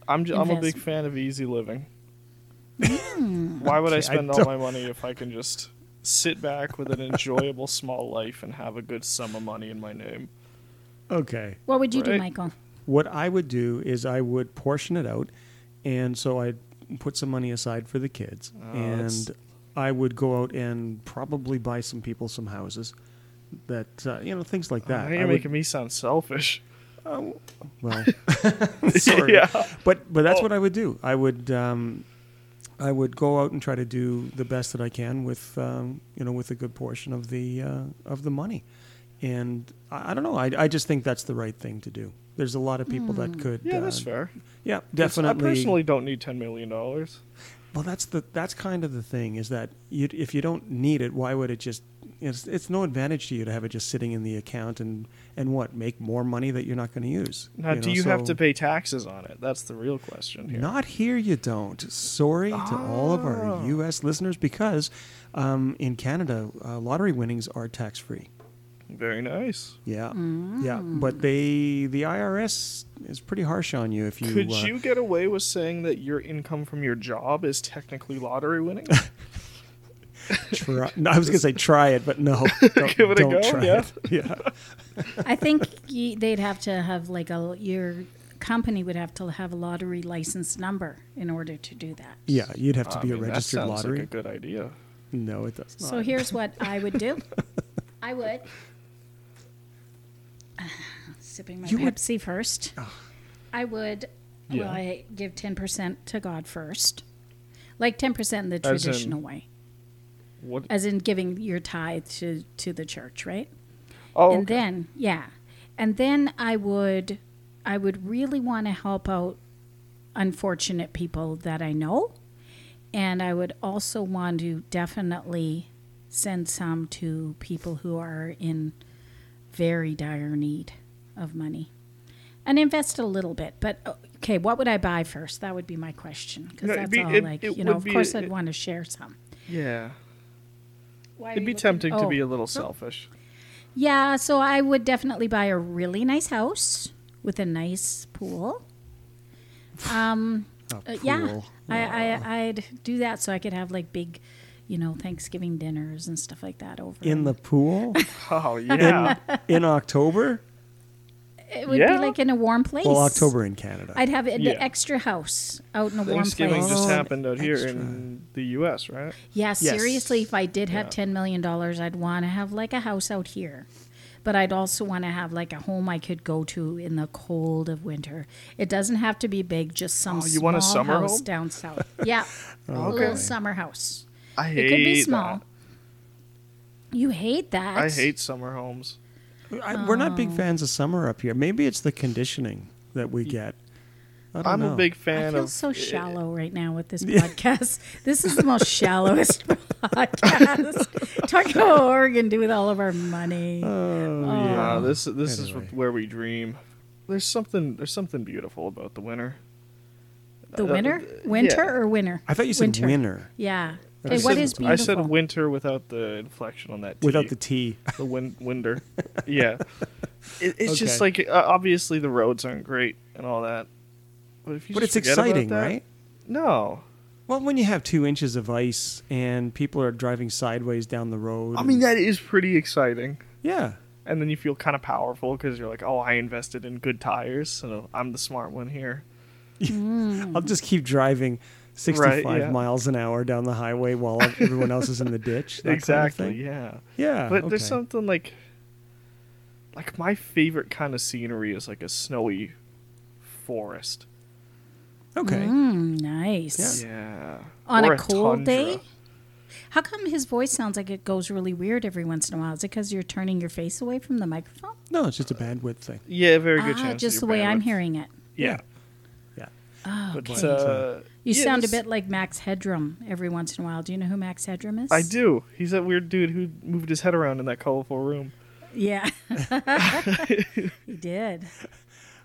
Speaker 2: I'm, j am a big
Speaker 1: Investment.
Speaker 2: fan of easy living.
Speaker 1: Hmm.
Speaker 2: Why would I
Speaker 3: Okay, I
Speaker 2: spend all
Speaker 3: don't-
Speaker 2: my money if I can just sit back with an enjoyable small life and have a good sum of money in my name?
Speaker 3: okay
Speaker 1: What would you do,
Speaker 2: Right.
Speaker 1: Michael?
Speaker 3: what I would do is I would portion it out, and so I'd put some money aside for the kids,
Speaker 2: Oh, that's-
Speaker 3: and I would go out and probably buy some people some houses, that uh, you know things like that.
Speaker 2: Now you're
Speaker 3: I would-
Speaker 2: making me sound selfish. [laughs]
Speaker 3: well, [laughs] sorry.
Speaker 2: Yeah.
Speaker 3: But but
Speaker 2: Oh.
Speaker 3: that's what I would do. I would um, I would go out and try to do the best that I can with um, you know with a good portion of the uh, of the money, and I, I don't know. I, I just think that's the right thing to do. There's a lot of people that could.
Speaker 2: Yeah,
Speaker 3: uh,
Speaker 2: that's fair.
Speaker 3: Yeah,
Speaker 2: It's-
Speaker 3: definitely.
Speaker 2: I personally don't need $10 million.
Speaker 3: Well, that's the that's kind of the thing is that you, if you don't need it, why would it just? It's, it's no advantage to you to have it just sitting in the account and and what make more money that you're not going to use.
Speaker 2: Now,
Speaker 3: you
Speaker 2: do
Speaker 3: know,
Speaker 2: you have
Speaker 3: so-
Speaker 2: to pay taxes on it? That's the real question here.
Speaker 3: Not here, you don't. Sorry to all of
Speaker 2: Oh.
Speaker 3: our U.S. listeners because um, in Canada, uh, lottery winnings are tax free.
Speaker 2: Very nice.
Speaker 3: Yeah, yeah,
Speaker 2: Mm.
Speaker 3: but they the IRS is pretty harsh on you if you.
Speaker 2: Could
Speaker 3: uh,
Speaker 2: you get away with saying that your income from your job is technically lottery
Speaker 3: [laughs]
Speaker 2: winning? [laughs]
Speaker 3: Try, no, I was going to say try it, but no, don't,
Speaker 2: Give it a
Speaker 3: don't
Speaker 2: go,
Speaker 3: try
Speaker 2: yeah.
Speaker 3: it. [laughs] Yeah.
Speaker 1: I think [laughs] ye, they'd have to have like a your company would have to have a lottery license number in order to do that.
Speaker 3: Yeah, you'd have to
Speaker 2: I
Speaker 3: be
Speaker 2: mean,
Speaker 3: a
Speaker 2: that
Speaker 3: registered
Speaker 2: sounds like
Speaker 3: lottery.
Speaker 2: a good idea.
Speaker 3: No, it does not.
Speaker 1: So here's what I would
Speaker 3: [laughs]
Speaker 1: do. I would sipping my
Speaker 3: You would- Ah.
Speaker 1: Pepsi first. I would well,
Speaker 3: Yeah.
Speaker 1: I give ten percent to God first, like ten percent in the
Speaker 2: As in-
Speaker 1: traditional way,
Speaker 2: What?
Speaker 1: as in giving your tithe to to the church, right?
Speaker 2: Oh,
Speaker 1: and then yeah and then i would i would really want to help out unfortunate people that i know and i would also want to definitely send some to people who are in very dire need of money and invest a little bit but okay what would i buy first that would be my question because
Speaker 2: No, it'd
Speaker 1: that's
Speaker 2: be-
Speaker 1: all
Speaker 2: it-
Speaker 1: like
Speaker 2: it
Speaker 1: you know
Speaker 2: would
Speaker 1: of
Speaker 2: be-
Speaker 1: course i'd
Speaker 2: it-
Speaker 1: want to share some
Speaker 2: yeah.
Speaker 1: Why are
Speaker 2: It'd
Speaker 1: you
Speaker 2: be
Speaker 1: looking-
Speaker 2: tempting to
Speaker 1: oh.
Speaker 2: be a little selfish.
Speaker 1: Yeah, so I would definitely buy a really nice house with a nice pool.
Speaker 3: A
Speaker 1: Uh, yeah,
Speaker 3: pool.
Speaker 1: I, I I'd do that so I could have like big, you know, Thanksgiving dinners and stuff like that over.
Speaker 3: In
Speaker 2: [laughs]
Speaker 3: the pool
Speaker 1: [laughs]
Speaker 2: Oh yeah.
Speaker 3: in October?
Speaker 1: it would
Speaker 2: Yeah.
Speaker 1: be like in a warm place.
Speaker 3: Well, October in Canada.
Speaker 1: I'd have an
Speaker 2: Yeah.
Speaker 1: extra house out in a warm
Speaker 2: Thanksgiving
Speaker 1: place.
Speaker 2: just
Speaker 3: Oh,
Speaker 2: happened out here
Speaker 3: extra.
Speaker 2: in the U.S., right?
Speaker 1: Yeah, seriously, if I did have
Speaker 2: Yeah.
Speaker 1: ten million dollars, I'd want to have like a house out here, but I'd also want to have like a home I could go to in the cold of winter. It doesn't have to be big; just some
Speaker 2: Oh, you
Speaker 1: small
Speaker 2: want a summer
Speaker 1: house
Speaker 2: home?
Speaker 1: down south.
Speaker 2: [laughs]
Speaker 1: Yeah, a
Speaker 3: Okay.
Speaker 1: little summer house.
Speaker 2: I hate
Speaker 1: It could be
Speaker 2: that.
Speaker 1: small. You hate that.
Speaker 2: I hate summer homes.
Speaker 3: I, We're not big fans of summer up here. Maybe it's the conditioning that we get. I don't
Speaker 2: I'm
Speaker 3: know.
Speaker 2: a big
Speaker 1: I
Speaker 2: fan
Speaker 1: feel
Speaker 2: of.
Speaker 1: so shallow right now with
Speaker 2: [laughs]
Speaker 1: this podcast. This is the most shallowest [laughs] podcast. Talking about what we're gonna do with all of our money.
Speaker 2: Oh, Nah, Uh, this this
Speaker 3: Oh, Anyway.
Speaker 2: is where we dream. There's something there's something beautiful about the winter.
Speaker 1: the winter, winter
Speaker 2: Uh, yeah.
Speaker 1: or winter?
Speaker 3: I thought you said
Speaker 1: winter.
Speaker 3: winter,
Speaker 1: Yeah.
Speaker 3: I
Speaker 1: Hey,
Speaker 2: I
Speaker 1: what
Speaker 2: said-
Speaker 1: is beautiful?
Speaker 2: I said winter without the inflection on that. T.
Speaker 3: without the T.
Speaker 2: the
Speaker 3: [laughs]
Speaker 2: win- winder. yeah, it, it's just
Speaker 3: Okay.
Speaker 2: like uh, obviously the roads aren't great and all that. But if you
Speaker 3: But
Speaker 2: just
Speaker 3: it's
Speaker 2: forget about
Speaker 3: exciting,
Speaker 2: that-
Speaker 3: right?
Speaker 2: No,
Speaker 3: Well, when you have two inches of ice and people are driving sideways down the road,
Speaker 2: I mean
Speaker 3: and-
Speaker 2: that is pretty exciting.
Speaker 3: yeah,
Speaker 2: And then you feel kind of powerful because you're like, oh, I invested in good tires, so I'm the smart one here.
Speaker 3: I'll just keep driving sixty-five
Speaker 2: yeah.
Speaker 3: miles an hour down the
Speaker 2: [laughs]
Speaker 3: highway while everyone else is in the ditch. that
Speaker 2: exactly.
Speaker 3: Kind of thing.
Speaker 2: yeah.
Speaker 3: [laughs] Yeah,
Speaker 2: but there's
Speaker 3: okay.
Speaker 2: something like like my favorite kind of scenery is like a snowy forest
Speaker 3: Okay,
Speaker 1: Mm, nice.
Speaker 2: yeah
Speaker 1: On
Speaker 2: Or
Speaker 1: a cold
Speaker 2: tundra.
Speaker 1: day? How come his voice sounds like it goes really weird every once in a while? Is it because you're turning your face away from the microphone?
Speaker 3: no, it's just a bandwidth thing.
Speaker 2: yeah very good
Speaker 1: ah,
Speaker 2: chance
Speaker 1: just
Speaker 2: of
Speaker 1: the
Speaker 2: your
Speaker 1: way I'm
Speaker 2: bandwidth.
Speaker 1: hearing it.
Speaker 2: yeah
Speaker 3: Yeah.
Speaker 2: but uh
Speaker 1: You
Speaker 2: yeah,
Speaker 1: sound a
Speaker 2: this-
Speaker 1: bit like Max Headroom every once in a while. Do you know who Max Headroom is?
Speaker 2: i do he's that weird dude who moved his head around in that colorful room [laughs]
Speaker 1: Yeah. [laughs] he did.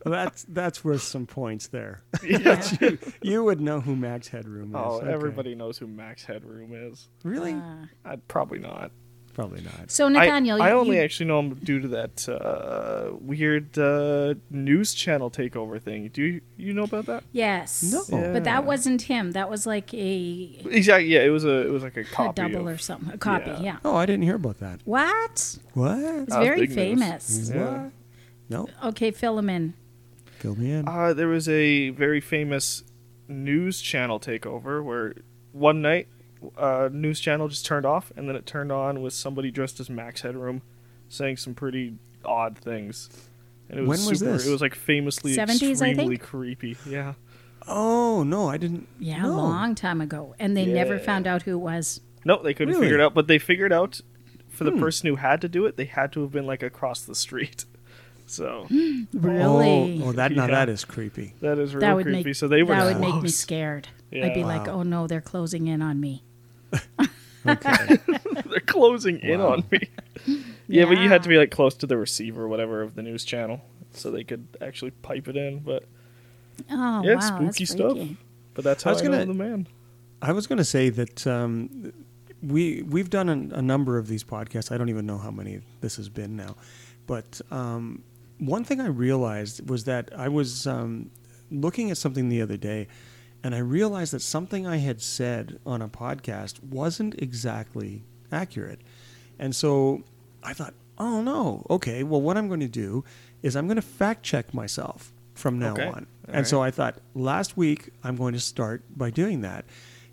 Speaker 3: Well, that's that's worth some points there. [laughs]
Speaker 1: Yeah.
Speaker 3: you would know who Max Headroom is.
Speaker 2: oh
Speaker 3: Okay.
Speaker 2: everybody knows who max headroom is
Speaker 3: Really?
Speaker 1: Uh,
Speaker 2: i'd probably not
Speaker 3: Probably not.
Speaker 1: so,
Speaker 2: I-
Speaker 1: Nathaniel,
Speaker 2: I,
Speaker 1: you,
Speaker 2: only
Speaker 1: you-
Speaker 2: actually know him due to that uh, weird uh, news channel takeover thing. Do you, you know about that?
Speaker 1: Yes.
Speaker 3: No. Yeah.
Speaker 1: But that wasn't him. That was like a,
Speaker 2: Exactly. Yeah, it was a it was like
Speaker 1: [laughs]
Speaker 2: a
Speaker 1: a
Speaker 2: copy.
Speaker 1: double
Speaker 2: of-
Speaker 1: or something. A copy,
Speaker 2: Yeah.
Speaker 1: yeah.
Speaker 3: Oh, I didn't hear about that.
Speaker 1: What?
Speaker 3: What?
Speaker 1: It's
Speaker 2: Uh,
Speaker 1: very
Speaker 2: big Mm-hmm. news.
Speaker 1: famous.
Speaker 2: Yeah.
Speaker 3: What? No,
Speaker 1: Okay, fill him in.
Speaker 3: fill me in.
Speaker 2: Uh, there was a very famous news channel takeover where one night uh, news channel just turned off and then it turned on with somebody dressed as Max Headroom saying some pretty odd things. And it was
Speaker 3: When was
Speaker 2: super,
Speaker 3: this?
Speaker 2: It was like famously
Speaker 1: 70s, I
Speaker 2: extremely
Speaker 1: think?
Speaker 2: creepy. Yeah.
Speaker 3: oh no, I didn't.
Speaker 1: Yeah, a
Speaker 3: no.
Speaker 1: long time ago. And they never found out who it was.
Speaker 2: No, they couldn't
Speaker 3: Really? Hmm.
Speaker 2: figure it out, but they figured out for the person who had to do it, they had to have been like across the street. [laughs] So
Speaker 1: Hmm. Really?
Speaker 3: Oh, oh, that now
Speaker 2: Yeah.
Speaker 3: that is creepy.
Speaker 2: that is
Speaker 1: that
Speaker 2: real
Speaker 1: would
Speaker 2: creepy.
Speaker 1: make
Speaker 2: so they were [laughs]
Speaker 1: that would make me
Speaker 2: close.
Speaker 1: scared.
Speaker 2: Yeah.
Speaker 1: I'd be like, "Oh no, they're closing in on me."
Speaker 3: Okay.
Speaker 2: They're closing in on me. yeah, but you had to
Speaker 1: Yeah.
Speaker 2: be like close to the receiver or whatever of the news channel so they could actually pipe it in. But
Speaker 1: Oh
Speaker 2: yeah,
Speaker 1: wow,
Speaker 2: spooky
Speaker 1: that's
Speaker 2: stuff.
Speaker 1: freaky.
Speaker 2: But that's
Speaker 3: I
Speaker 2: how I,
Speaker 3: was
Speaker 2: know
Speaker 3: gonna-
Speaker 2: the man.
Speaker 3: I was going to say that um, we we've done a, a number of these podcasts. I don't even know how many this has been now, but um, one thing I realized was that I was um, looking at something the other day, and I realized that something I had said on a podcast wasn't exactly accurate, and so I thought, oh no, okay. Well, what I'm going to do is I'm going to fact check myself from now
Speaker 2: Okay.
Speaker 3: on,
Speaker 2: All
Speaker 3: and so I thought last week I'm going to start by doing that.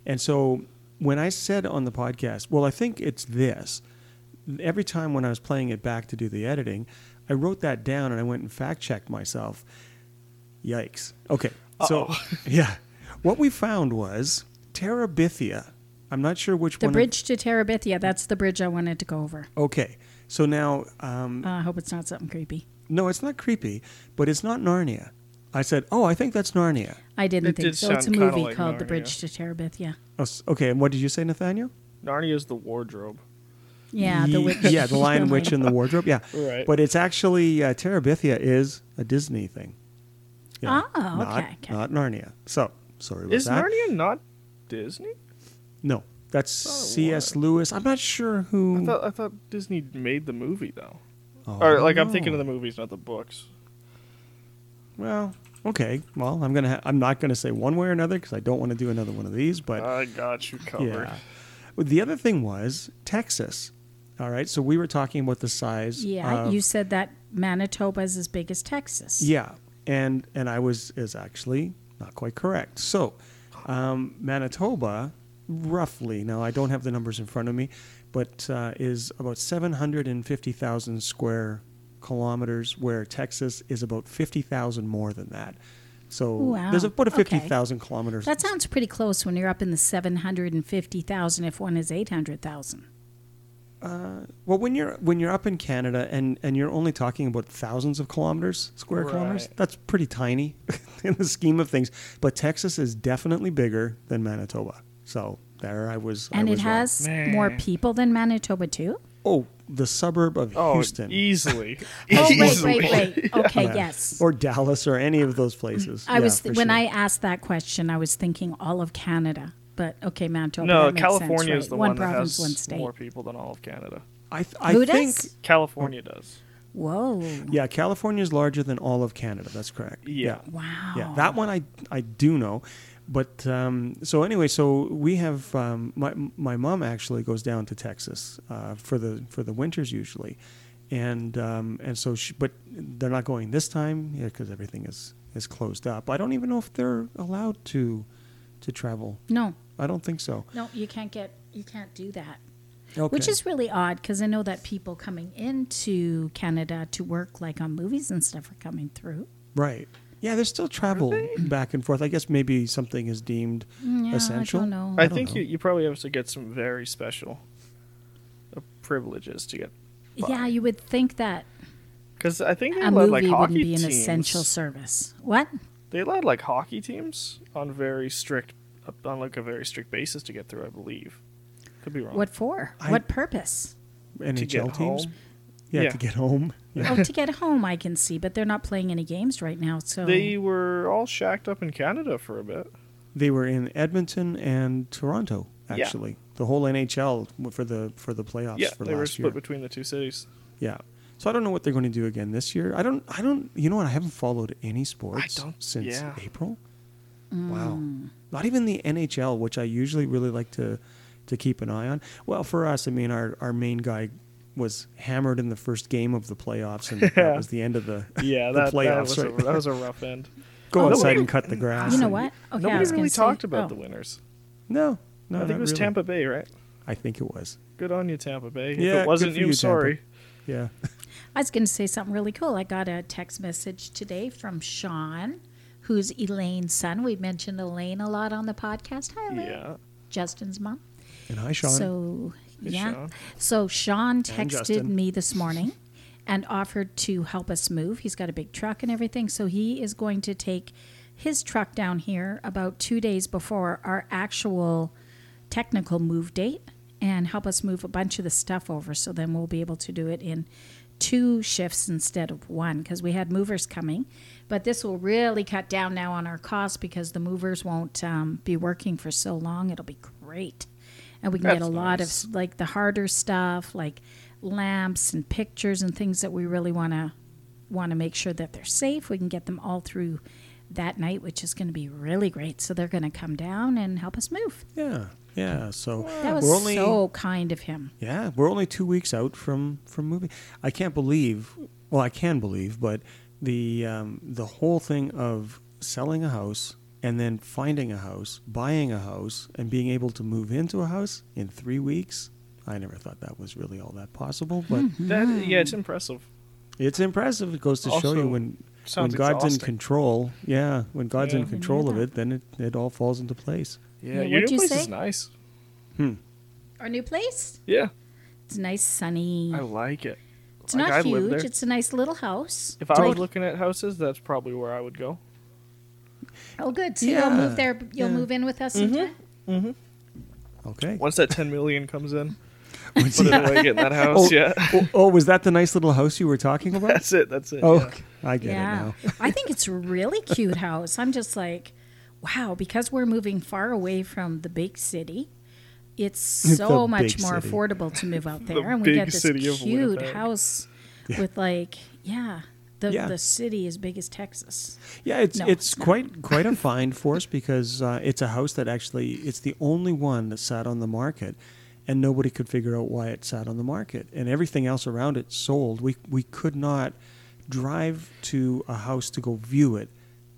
Speaker 3: And so when I said on the podcast, well, I think it's this, every time when I was playing it back to do the editing, I wrote that down and I went and fact checked myself. Yikes. Okay. So, [laughs] yeah. What we found was Terabithia. I'm not sure which
Speaker 1: The
Speaker 3: one.
Speaker 1: bridge to Terabithia. That's the bridge I wanted to go over.
Speaker 3: Okay. So now, um,
Speaker 2: Mm.
Speaker 1: Uh, I hope it's not something creepy.
Speaker 3: no, it's not creepy, but it's not Narnia. I said, oh, I think that's Narnia.
Speaker 1: I didn't
Speaker 2: It
Speaker 1: think
Speaker 2: did
Speaker 1: so. It's a
Speaker 2: sound kinda
Speaker 1: movie
Speaker 2: like
Speaker 1: called The
Speaker 2: Narnia.
Speaker 1: Bridge to Terabithia.
Speaker 3: Oh, s- Okay. And what did you say, Nathaniel?
Speaker 2: Narnia's the wardrobe.
Speaker 1: Yeah, the
Speaker 2: [laughs]
Speaker 3: Ye-
Speaker 1: witch. [laughs]
Speaker 3: Yeah, the Lion Witch in the Wardrobe. Yeah,
Speaker 2: Right.
Speaker 3: But it's actually uh, Terabithia is a Disney thing.
Speaker 1: Oh,
Speaker 3: not,
Speaker 1: okay, okay.
Speaker 3: Not Narnia. So sorry about
Speaker 2: Is
Speaker 3: that.
Speaker 2: Narnia not Disney?
Speaker 3: No, that's
Speaker 2: it
Speaker 3: C.S. Lewis. I'm not sure
Speaker 2: I
Speaker 3: who.
Speaker 2: thought I thought Disney made the movie though.
Speaker 3: Oh,
Speaker 2: or like
Speaker 3: I
Speaker 2: I'm thinking of
Speaker 3: don't
Speaker 2: the movies, not the books.
Speaker 3: know. Well, okay. Well, I'm gonna. Ha- I'm not gonna say one way or another because I don't want to do another one of these. But
Speaker 2: I got you covered.
Speaker 3: yeah. Well, the other thing was Texas. All right. So we were talking about the size.
Speaker 1: Yeah,
Speaker 2: uh,
Speaker 3: of-
Speaker 1: you said that Manitoba's as big as Texas.
Speaker 3: Yeah, and and I was is actually not quite correct. So, um, Manitoba, roughly now I don't have the numbers in front of me, but uh, is about seven hundred and fifty thousand square kilometers, where Texas is about fifty thousand more than that. So
Speaker 1: Wow,
Speaker 3: there's about a
Speaker 1: okay.
Speaker 3: fifty thousand kilometers.
Speaker 1: That sounds pretty close when you're up in the 750,000 if one is 800,000.
Speaker 3: Uh, well, when you're when you're up in Canada and, and you're only talking about thousands of kilometers, square kilometers,
Speaker 2: Right.
Speaker 3: that's pretty tiny [laughs] in the scheme of things. But Texas is definitely bigger than Manitoba. So there I was. I
Speaker 1: And it
Speaker 3: was wrong.
Speaker 1: has
Speaker 2: Man.
Speaker 1: more people than Manitoba
Speaker 3: [laughs]
Speaker 1: too.
Speaker 3: oh the suburb of
Speaker 2: Oh, [laughs]
Speaker 3: Houston [laughs]
Speaker 2: easily.
Speaker 1: Oh wait,
Speaker 2: Easily.
Speaker 1: wait, wait. Okay,
Speaker 3: Yeah.
Speaker 1: yes.
Speaker 3: or Dallas or any of those places.
Speaker 1: I
Speaker 3: Yeah,
Speaker 1: was
Speaker 3: for
Speaker 1: when
Speaker 3: sure.
Speaker 1: I asked that question, I was thinking all of Canada, but okay, Manitoba.
Speaker 2: No,
Speaker 1: that makes
Speaker 2: California
Speaker 1: sense, right?
Speaker 2: is the
Speaker 1: one
Speaker 2: one, that
Speaker 1: province,
Speaker 2: has
Speaker 1: one state.
Speaker 2: more people than all of Canada.
Speaker 3: I, th- I
Speaker 1: Who
Speaker 3: think
Speaker 1: does?
Speaker 2: California
Speaker 3: Oh.
Speaker 2: does.
Speaker 1: Whoa!
Speaker 3: yeah, California is larger than all of Canada. That's correct.
Speaker 2: Yeah.
Speaker 1: Wow.
Speaker 3: Yeah, that one I I do know, but um, so anyway, so we have um, my my mom actually goes down to Texas uh, for the for the winters usually, and um, and so she, but they're not going this time because everything is is closed up. I don't even know if they're allowed to to travel.
Speaker 1: No,
Speaker 3: I don't think so.
Speaker 1: no, you can't get, you can't do that.
Speaker 3: Okay.
Speaker 1: Which is really odd because I know that people coming into Canada to work, like on movies and stuff, are coming through.
Speaker 3: right. Yeah, there's still travel back and forth. I guess maybe something is deemed
Speaker 1: Mm, Yeah,
Speaker 3: essential.
Speaker 1: I don't know.
Speaker 2: I,
Speaker 3: don't
Speaker 2: think
Speaker 3: know.
Speaker 2: you, you probably have to get some very special uh, privileges to get.
Speaker 1: yeah, you would think that
Speaker 2: Because I think they
Speaker 1: a movie
Speaker 2: allowed like hockey
Speaker 1: wouldn't be an
Speaker 2: teams.
Speaker 1: essential service. What?
Speaker 2: They allowed like hockey teams on very strict, on like a very strict basis to get through. I believe. Could be wrong.
Speaker 1: What for?
Speaker 3: I-
Speaker 1: what purpose?
Speaker 3: NHL
Speaker 2: to get
Speaker 3: teams.
Speaker 2: home.
Speaker 3: Yeah,
Speaker 2: Yeah.
Speaker 3: to get home. Yeah.
Speaker 1: oh, to get home, I can see, but they're not playing any games right now. So
Speaker 2: They were all shacked up in Canada for a bit.
Speaker 3: They were in Edmonton and Toronto,
Speaker 2: Yeah.
Speaker 3: actually. The whole NHL w- for the for the playoffs
Speaker 2: yeah,
Speaker 3: for
Speaker 2: they were
Speaker 3: last
Speaker 2: split
Speaker 3: year.
Speaker 2: between the two cities.
Speaker 3: yeah. So I don't know what they're going to do again this year. I don't. I don't. You know what? I haven't followed any sports
Speaker 2: don't-
Speaker 3: since
Speaker 2: yeah.
Speaker 3: April.
Speaker 1: Mm.
Speaker 3: Wow. Not even the NHL, which I usually really like to to keep an eye on. Well, for us, I mean, our our main guy was hammered in the first game of the playoffs, and
Speaker 2: [laughs]
Speaker 3: that was the end of [laughs] the
Speaker 2: Yeah,
Speaker 3: the
Speaker 2: that,
Speaker 3: playoffs.
Speaker 2: that was
Speaker 3: right?
Speaker 2: a, that was a
Speaker 1: [laughs]
Speaker 2: rough end.
Speaker 3: Go
Speaker 1: Oh,
Speaker 3: outside
Speaker 1: nobody-
Speaker 3: and cut the grass.
Speaker 1: you know
Speaker 3: and-
Speaker 1: what? Okay, I
Speaker 2: Nobody
Speaker 1: was gonna
Speaker 2: really
Speaker 1: say-
Speaker 2: talked about the
Speaker 1: oh.
Speaker 2: winners.
Speaker 3: No, no.
Speaker 2: I think
Speaker 3: not
Speaker 2: it was
Speaker 3: really.
Speaker 2: Tampa Bay, right?
Speaker 3: I think it was.
Speaker 2: Good on you, Tampa Bay.
Speaker 3: Yeah,
Speaker 2: if
Speaker 3: good
Speaker 2: it wasn't
Speaker 3: for
Speaker 2: you,
Speaker 3: you, Tampa.
Speaker 2: sorry.
Speaker 3: Yeah.
Speaker 1: I was going to say something really cool. I got a text message today from Sean, who's Elaine's son. We mentioned Elaine a lot on the podcast. Hi, Elaine.
Speaker 2: Yeah.
Speaker 1: Justin's mom.
Speaker 3: [laughs] And hi, Sean.
Speaker 1: So,
Speaker 2: Hey,
Speaker 1: yeah.
Speaker 2: Sean.
Speaker 1: So, Sean
Speaker 3: And
Speaker 1: texted
Speaker 3: Justin.
Speaker 1: me this morning and offered to help us move. He's got a big truck and everything. So, he is going to take his truck down here about two days before our actual technical move date and help us move a bunch of the stuff over. So, then we'll be able to do it in two shifts instead of one because we had movers coming. But this will really cut down now on our costs because the movers won't um, be working for so long. It'll be great. And we can get
Speaker 2: That's
Speaker 1: a lot of
Speaker 2: nice.
Speaker 1: like the harder stuff, like lamps and pictures and things that we really want to want to make sure that they're safe. We can get them all through that night, which is going to be really great. So they're going to come down and help us move.
Speaker 3: yeah, yeah. So
Speaker 1: That was
Speaker 3: we're only
Speaker 1: so kind of him.
Speaker 3: yeah, we're only two weeks out from from moving. I can't believe. Well, I can believe, but the um, the whole thing of selling a house and then finding a house, buying a house, and being able to move into a house in three weeks. I never thought that was really all that possible,
Speaker 1: Hmm.
Speaker 3: but
Speaker 2: That, yeah, it's
Speaker 1: Mm.
Speaker 2: impressive.
Speaker 3: it's impressive. It goes to show you
Speaker 2: Also,
Speaker 3: when when
Speaker 2: sounds
Speaker 3: God's in
Speaker 2: exhausting.
Speaker 3: control. Yeah, when God's
Speaker 2: Yeah.
Speaker 3: in
Speaker 2: I
Speaker 3: control
Speaker 1: knew
Speaker 3: of
Speaker 1: that.
Speaker 3: it, then it, it all falls into place.
Speaker 1: Yeah,
Speaker 2: Yeah, your new
Speaker 1: what'd you
Speaker 2: place
Speaker 1: say?
Speaker 2: is nice.
Speaker 1: Our new place.
Speaker 2: Yeah,
Speaker 1: It's nice, sunny.
Speaker 2: I like it.
Speaker 1: it's
Speaker 2: like,
Speaker 1: not
Speaker 2: I'd live
Speaker 1: huge.
Speaker 2: there.
Speaker 1: It's a nice little house.
Speaker 2: If I was
Speaker 1: Like-
Speaker 2: looking at houses, that's probably where I would go.
Speaker 1: Oh, good. So
Speaker 3: Yeah.
Speaker 1: you'll move there. You'll
Speaker 3: Yeah. Mm-hmm.
Speaker 1: move in with us sometime.
Speaker 3: Okay. [laughs]
Speaker 2: Once that 10 million comes in, put it away, get in that house.
Speaker 3: Oh.
Speaker 2: Yeah, [laughs]
Speaker 3: oh, oh, was that the nice little house you were talking about?
Speaker 2: that's it. That's it.
Speaker 3: Oh,
Speaker 2: yeah.
Speaker 3: I get it now.
Speaker 1: [laughs] I think it's a really cute house. I'm just like, wow, because we're moving far away from the big city, it's
Speaker 3: [laughs]
Speaker 1: so
Speaker 3: The
Speaker 1: much
Speaker 3: big
Speaker 1: more
Speaker 3: city.
Speaker 1: affordable to move
Speaker 3: [laughs]
Speaker 1: out there.
Speaker 2: The
Speaker 1: and we get
Speaker 2: big
Speaker 1: this
Speaker 2: city of
Speaker 1: cute
Speaker 2: Winnipeg.
Speaker 1: house with like, yeah. The,
Speaker 3: Yeah.
Speaker 1: the city as big as Texas.
Speaker 3: Yeah, it's
Speaker 1: No,
Speaker 3: it's
Speaker 1: it's not.
Speaker 3: quite quite a find for us because uh, it's a house that actually it's the only one that sat on the market, and nobody could figure out why it sat on the market, and everything else around it sold. We we could not drive to a house to go view it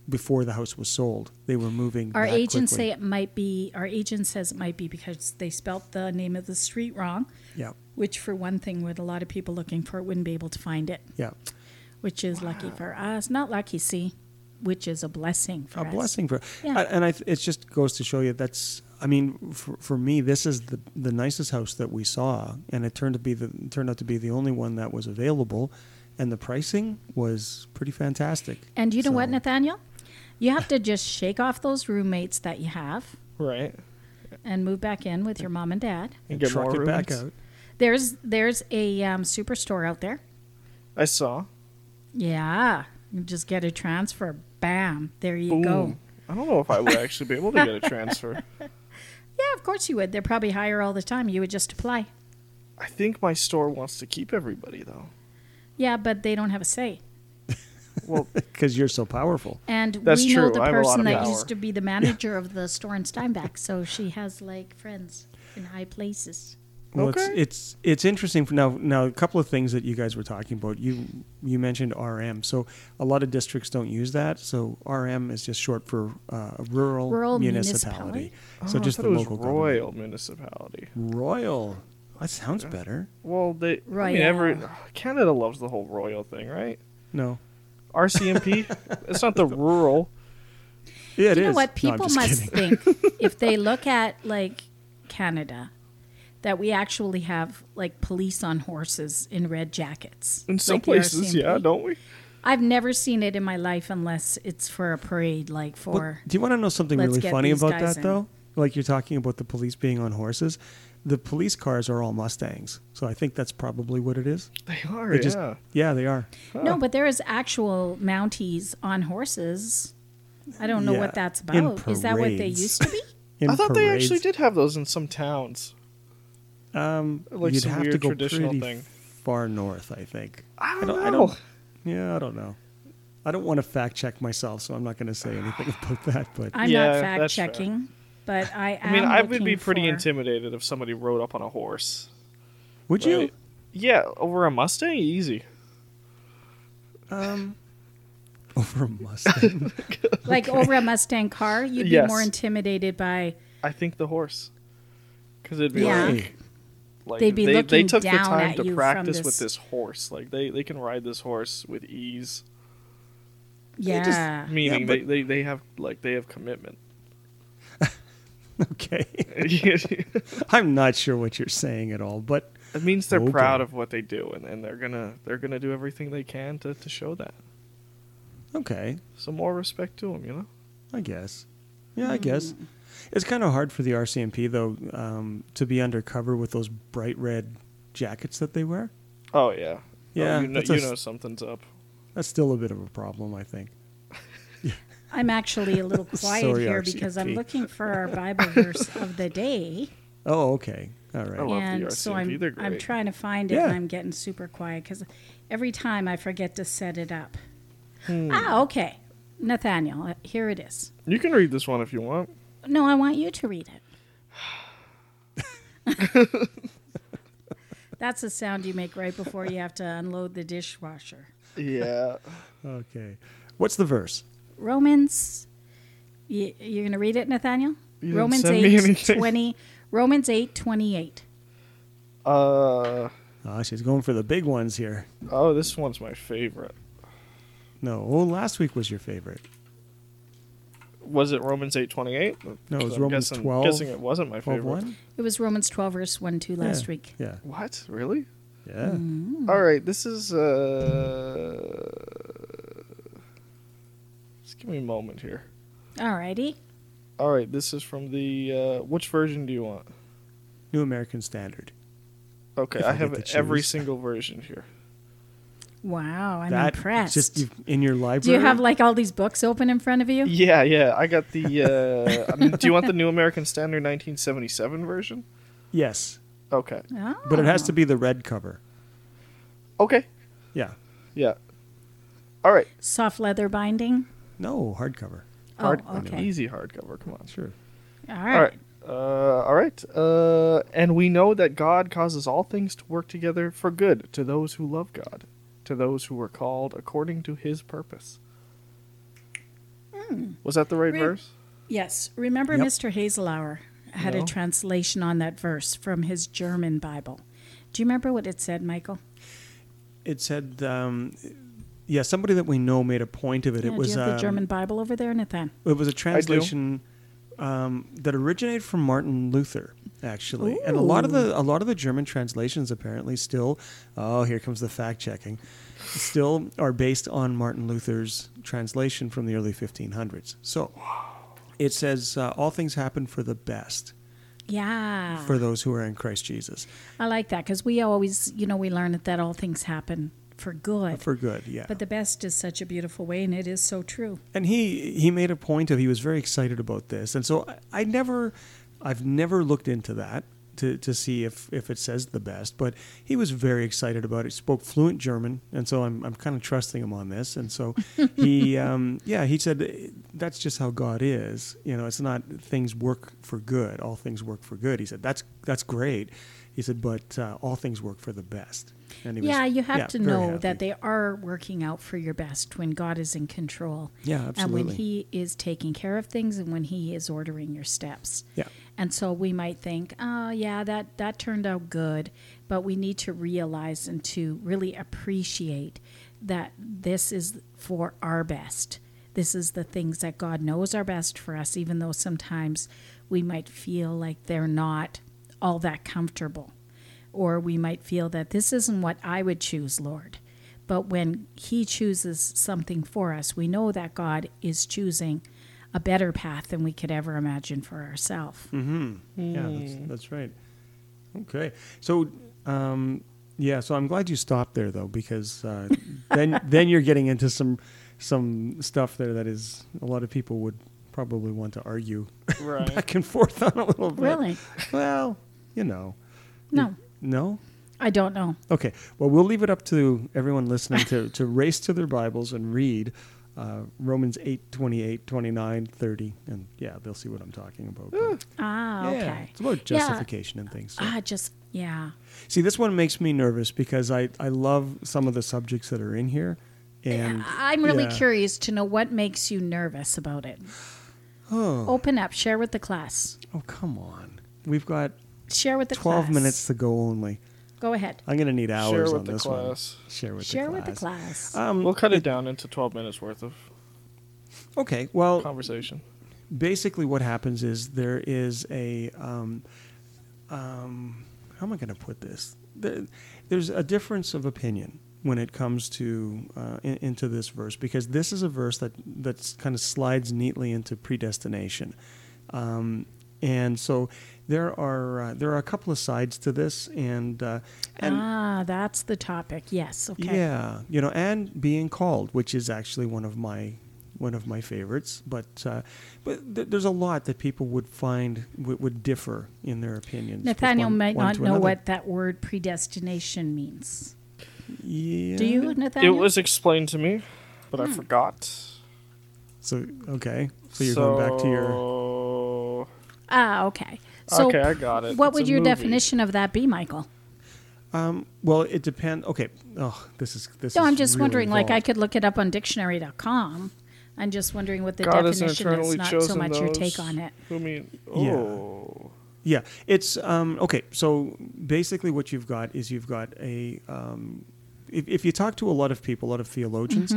Speaker 3: before the house was sold. They were moving.
Speaker 1: Our
Speaker 3: that
Speaker 1: agents say
Speaker 3: quickly.
Speaker 1: it might be. Our agent says it might be because they spelt the name of the street wrong,
Speaker 3: Yeah,
Speaker 1: which for one thing, with a lot of people looking for it, wouldn't be able to find it.
Speaker 3: yeah.
Speaker 1: which is lucky for us. Not lucky, see. which is a blessing for
Speaker 3: a
Speaker 1: us.
Speaker 3: blessing for
Speaker 1: Yeah.
Speaker 3: I- and I, th- it just goes to show you that's i mean for, for me this is the, the nicest house that we saw and it turned to be the turned out to be the only one that was available and the pricing was pretty fantastic
Speaker 1: And you know what,
Speaker 3: So-
Speaker 1: Nathaniel? You have to just shake off those roommates that you have
Speaker 2: Right.
Speaker 1: and move back in with your mom and dad.
Speaker 2: And
Speaker 3: and
Speaker 2: get
Speaker 3: truck
Speaker 2: more
Speaker 3: it back [laughs]
Speaker 2: roommates.
Speaker 3: out
Speaker 1: There's there's a um, superstore out there.
Speaker 2: I saw.
Speaker 1: Yeah, you just get a transfer. Bam, there you
Speaker 2: Boom.
Speaker 1: go.
Speaker 2: I don't know if I would actually be able to
Speaker 1: [laughs]
Speaker 2: get a transfer.
Speaker 1: Yeah, of course you would. They're probably higher all the time. You would just apply.
Speaker 2: I think my store wants to keep everybody though.
Speaker 1: Yeah, but they don't have a say.
Speaker 2: Well,
Speaker 3: because you're so powerful
Speaker 1: And
Speaker 2: That's
Speaker 1: we know
Speaker 2: true.
Speaker 1: the
Speaker 2: I have a lot
Speaker 1: person
Speaker 2: of
Speaker 1: that
Speaker 2: power.
Speaker 1: used to be the manager of the store in Steinbach, so she has like friends in high places.
Speaker 3: Well,
Speaker 2: Okay.
Speaker 3: it's it's it's interesting. For now, now a couple of things that you guys were talking about. You you mentioned RM, so a lot of districts don't use that. So RM is just short for uh, rural,
Speaker 1: Rural municipality?
Speaker 3: municipality. [laughs] So
Speaker 2: oh, I
Speaker 3: just
Speaker 2: thought
Speaker 3: the
Speaker 2: it was
Speaker 3: local
Speaker 2: royal municipality.
Speaker 3: government. Royal. That sounds better.
Speaker 2: Well, they I
Speaker 1: Royal.
Speaker 2: mean, every, Canada loves the whole royal thing, right?
Speaker 3: No. [laughs]
Speaker 2: RCMP. it's not the rural.
Speaker 3: Yeah, it
Speaker 1: you know
Speaker 3: is.
Speaker 1: what
Speaker 3: No, I'm
Speaker 1: people
Speaker 3: just
Speaker 1: must [laughs]
Speaker 3: kidding. [laughs]
Speaker 1: think if they look at like Canada that we actually have like police on horses in red jackets
Speaker 2: In some
Speaker 1: like the
Speaker 2: places, yeah,
Speaker 1: RCMP.
Speaker 2: don't we?
Speaker 1: I've never seen it in my life unless it's for a parade, like
Speaker 3: Well,
Speaker 1: for
Speaker 3: do you want to know something
Speaker 1: let's
Speaker 3: really
Speaker 1: get
Speaker 3: funny
Speaker 1: these
Speaker 3: about
Speaker 1: guys
Speaker 3: that
Speaker 1: in.
Speaker 3: though? Like you're talking about the police being on horses. The police cars are all Mustangs, so I think that's probably what it is.
Speaker 2: They are.
Speaker 3: They
Speaker 2: Oh, yeah.
Speaker 3: just- yeah, they are.
Speaker 1: no, but there is actual Mounties on horses. I don't know
Speaker 3: Yeah,
Speaker 1: what that's
Speaker 3: in
Speaker 1: about. Is that what they
Speaker 3: parades.
Speaker 1: used to
Speaker 2: [laughs]
Speaker 1: be?
Speaker 3: In
Speaker 2: I thought they actually
Speaker 3: parades.
Speaker 2: did have those in some towns.
Speaker 3: Um,
Speaker 2: Like
Speaker 3: you'd
Speaker 2: some
Speaker 3: have to
Speaker 2: weird
Speaker 3: go
Speaker 2: traditional
Speaker 3: pretty
Speaker 2: thing.
Speaker 3: far north, I think.
Speaker 2: I don't, know.
Speaker 3: I don't. Yeah, I don't know. I don't want to fact check myself, so I'm not going to
Speaker 2: [sighs]
Speaker 3: say anything about that. But
Speaker 1: I'm not
Speaker 2: Yeah, that's fair.
Speaker 1: fact checking, but I am
Speaker 2: I mean, I would be
Speaker 1: looking
Speaker 2: pretty
Speaker 1: for-
Speaker 2: intimidated if somebody rode up on a horse.
Speaker 3: would you?
Speaker 2: Right? Yeah, over a Mustang, easy.
Speaker 3: Um, [laughs] over a Mustang?
Speaker 1: Like
Speaker 2: [laughs]
Speaker 1: over a Mustang car, you'd be
Speaker 2: Yes.
Speaker 1: more intimidated by
Speaker 2: I think the horse, because it'd be
Speaker 1: Yeah.
Speaker 2: like, like
Speaker 1: They'd be
Speaker 2: they, they
Speaker 1: looking
Speaker 2: took the
Speaker 1: down
Speaker 2: time
Speaker 1: at
Speaker 2: to
Speaker 1: you from
Speaker 2: practice
Speaker 1: this-
Speaker 2: with this horse. Like they, they can ride this horse with ease. They
Speaker 1: yeah.
Speaker 2: just- meaning
Speaker 3: Yeah,
Speaker 2: they, they, they have like they have commitment.
Speaker 3: [laughs]
Speaker 2: [laughs]
Speaker 3: okay,
Speaker 2: it
Speaker 3: I'm not sure what you're saying at all, but
Speaker 2: means they're
Speaker 3: Okay.
Speaker 2: proud of what they do, and, and they're gonna they're gonna do everything they can to, to show that.
Speaker 3: okay,
Speaker 2: So more respect to them, you know.
Speaker 3: I guess. Yeah, I guess.
Speaker 2: Mm.
Speaker 3: It's kind of hard for the RCMP though um, to be undercover with those bright red jackets that they wear.
Speaker 2: Oh yeah,
Speaker 3: Yeah,
Speaker 2: Oh, you know,
Speaker 3: that's a
Speaker 2: you
Speaker 3: s-
Speaker 2: know something's up.
Speaker 3: That's still a bit of a problem, I think.
Speaker 1: I'm actually a
Speaker 2: [laughs]
Speaker 1: little quiet
Speaker 3: Sorry,
Speaker 1: here because I'm
Speaker 3: RCMP.
Speaker 1: looking for our Bible verse of the day.
Speaker 3: Oh, okay, all
Speaker 2: [laughs]
Speaker 3: right.
Speaker 2: I love the
Speaker 1: and so
Speaker 2: RCMP.
Speaker 1: I'm,
Speaker 2: They're
Speaker 1: I'm
Speaker 2: great.
Speaker 1: trying to find it
Speaker 3: Yeah.
Speaker 1: and I'm getting super quiet because every time I forget to set it up.
Speaker 2: Hmm.
Speaker 1: Ah, okay. Nathaniel, uh, here it is.
Speaker 2: You can read this one if you want.
Speaker 1: No, I want you to read
Speaker 2: [laughs]
Speaker 1: it. [laughs] That's the sound you make right before you have to unload the dishwasher.
Speaker 2: Yeah.
Speaker 3: Okay, what's the verse?
Speaker 1: Romans. You, you're going to read it, Nathaniel?
Speaker 2: didn't
Speaker 1: Romans
Speaker 2: send me anything.
Speaker 1: 20. Romans 8 28.
Speaker 2: Uh
Speaker 3: Oh, she's going for the big ones here.
Speaker 2: oh, this one's my favorite.
Speaker 3: No, oh, last week was your favorite.
Speaker 2: Was it Romans eight twenty eight?
Speaker 3: No, it was Romans
Speaker 2: guessing,
Speaker 3: 12.
Speaker 2: Guessing it wasn't my
Speaker 3: Twelve
Speaker 2: favorite.
Speaker 3: one.
Speaker 1: It was Romans 12, verse 1 2 last
Speaker 3: yeah.
Speaker 1: week. Mm.
Speaker 3: Yeah,
Speaker 2: What really?
Speaker 3: yeah. Hmm.
Speaker 2: All right, this is. uh Just give me a moment here.
Speaker 1: All righty.
Speaker 2: All right, this is from the. uh Which version do you want?
Speaker 3: New American Standard.
Speaker 2: Okay,
Speaker 3: If
Speaker 2: I
Speaker 3: I
Speaker 2: have
Speaker 3: get to
Speaker 2: every
Speaker 3: choose.
Speaker 2: single version here.
Speaker 1: Wow, I'm
Speaker 3: That-
Speaker 1: impressed.
Speaker 3: Just you- in your library.
Speaker 1: Do you have like all these books open in front of you?
Speaker 2: Yeah, yeah, I got the. uh I mean, Do you want the New American Standard 1977 version?
Speaker 3: yes,
Speaker 2: Okay,
Speaker 1: Oh.
Speaker 3: but it has to be the red cover.
Speaker 2: okay,
Speaker 3: Yeah.
Speaker 2: yeah. All right,
Speaker 1: soft leather binding.
Speaker 3: No hardcover.
Speaker 2: hard,
Speaker 1: oh, okay.
Speaker 2: easy hardcover. Come on.
Speaker 3: Sure.
Speaker 1: All
Speaker 2: All
Speaker 1: right.
Speaker 2: right. Uh, all right. Uh, and we know that God causes all things to work together for good to those who love God, to those who were called according to His purpose.
Speaker 1: Hmm.
Speaker 2: Was that the right
Speaker 1: Re-
Speaker 2: verse?
Speaker 1: Yes. Remember,
Speaker 3: Yep.
Speaker 1: Mr. Hazelauer had
Speaker 2: No.
Speaker 1: a translation on that verse from his German Bible. Do you remember what it said, Michael?
Speaker 3: It said, um, yeah, somebody that we know made a point of it.
Speaker 1: Yeah,
Speaker 3: it was
Speaker 1: do you have
Speaker 3: um,
Speaker 1: the German Bible over there, Nathan?
Speaker 3: It was a translation um, that originated from Martin Luther, actually, and a lot of the a lot of the German translations apparently still. Oh, here comes the fact checking. Still are based on Martin Luther's translation from the early 1500s. So it says uh, all things happen for the best
Speaker 1: Yeah.
Speaker 3: for those who are in Christ Jesus,
Speaker 1: I like that because we always, you know, we learn that, that all things happen for good.
Speaker 3: for good. Yeah.
Speaker 1: but the best is such a beautiful way, and it is so true.
Speaker 3: and he he made a point of he was very excited about this and so I, I never i've never looked into that to, to see if, if it says the best but he was very excited about it he spoke fluent german and so i'm, I'm kind of trusting him on this and so
Speaker 1: [laughs]
Speaker 3: he um, yeah he said that's just how god is you know it's not things work for good all things work for good he said that's that's great he said but uh, all things work for the best and he was-
Speaker 1: yeah, you have to
Speaker 3: very
Speaker 1: know
Speaker 3: happy.
Speaker 1: that they are working out for your best when God is in control.
Speaker 3: Yeah,
Speaker 1: And
Speaker 3: absolutely.
Speaker 1: when He is taking care of things and when He is ordering your steps.
Speaker 3: Yeah.
Speaker 1: And so we might think, oh, yeah, that, that turned out good. But we need to realize and to really appreciate that this is for our best. This is the things that God knows are best for us, even though sometimes we might feel like they're not all that comfortable or we might feel that this isn't what I would choose, Lord. But when He chooses something for us, we know that God is choosing a better path than we could ever imagine for ourselves.
Speaker 3: Yeah, that's, that's right. Okay, so um, yeah, so I'm glad you stopped there though, because uh, then then you're getting into some some stuff there that is a lot of people would probably want to argue
Speaker 2: Right.
Speaker 3: [laughs] back and forth on a little bit.
Speaker 1: Really?
Speaker 3: Well, you know,
Speaker 1: No,
Speaker 3: no.
Speaker 1: I don't know.
Speaker 3: Okay, well, we'll leave it up to everyone listening
Speaker 1: [laughs]
Speaker 3: to, to race to their Bibles and read uh, Romans 8, 28, 29, 30, and yeah, they'll see what I'm talking about. but-
Speaker 1: Ah,
Speaker 3: yeah,
Speaker 1: okay.
Speaker 3: It's about
Speaker 1: Yeah.
Speaker 3: justification and things. so-
Speaker 1: Ah, just, yeah.
Speaker 3: See, this one makes me nervous because I, I love some of the subjects that are in here. And
Speaker 1: I'm really
Speaker 3: yeah.
Speaker 1: curious to know what makes you nervous about it.
Speaker 3: Oh,
Speaker 1: Open up, share with the class.
Speaker 3: oh, come on. We've got
Speaker 1: Share with the
Speaker 3: 12
Speaker 1: class.
Speaker 3: minutes to go only.
Speaker 1: Go ahead.
Speaker 3: I'm going to need hours
Speaker 2: with
Speaker 3: on
Speaker 2: the
Speaker 3: this
Speaker 2: class.
Speaker 3: one. Share with
Speaker 1: Share
Speaker 3: the
Speaker 1: with
Speaker 3: class.
Speaker 1: the class.
Speaker 3: Um,
Speaker 2: We'll cut it down into 12 minutes worth of
Speaker 3: okay, well,
Speaker 2: conversation.
Speaker 3: basically what happens is there is a um, um, how am I going to put this? There, there's a difference of opinion when it comes to uh, in, into this verse because this is a verse that that's kind of slides neatly into predestination. Um, and so there are uh, there are a couple of sides to this, and uh, and
Speaker 1: ah, that's the topic. Yes. Okay.
Speaker 3: yeah, you know, and being called, which is actually one of my one of my favorites. But uh, but th- there's a lot that people would find would, would differ in their opinions. with
Speaker 1: Nathaniel
Speaker 3: one-
Speaker 1: might
Speaker 3: one
Speaker 1: not
Speaker 3: to
Speaker 1: know
Speaker 3: another.
Speaker 1: what that word predestination means.
Speaker 3: Yeah.
Speaker 1: Do you,
Speaker 2: It
Speaker 1: Nathaniel?
Speaker 2: was explained to me, but
Speaker 1: Hmm.
Speaker 2: I forgot.
Speaker 3: So okay, so you're going back to your.
Speaker 2: your.
Speaker 1: ah okay. So
Speaker 2: Okay, I got it.
Speaker 1: What
Speaker 2: It's
Speaker 1: would
Speaker 2: a
Speaker 1: your
Speaker 2: movie.
Speaker 1: definition of that be, Michael?
Speaker 3: Um, well, it depends. Okay. Oh, this is this.
Speaker 1: No,
Speaker 3: is
Speaker 1: I'm just
Speaker 3: really
Speaker 1: wondering. Like, I
Speaker 3: involved.
Speaker 1: could look it up on dictionary.com. I'm just wondering what the
Speaker 2: God has
Speaker 1: definition is,
Speaker 2: eternally
Speaker 1: not
Speaker 2: chosen
Speaker 1: so much
Speaker 2: those
Speaker 1: your take on it.
Speaker 2: Who mean?
Speaker 3: Yeah.
Speaker 2: Oh,
Speaker 3: Yeah, it's um, okay. So basically, what you've got is you've got a. Um, if, if you talk to a lot of people, a lot of theologians,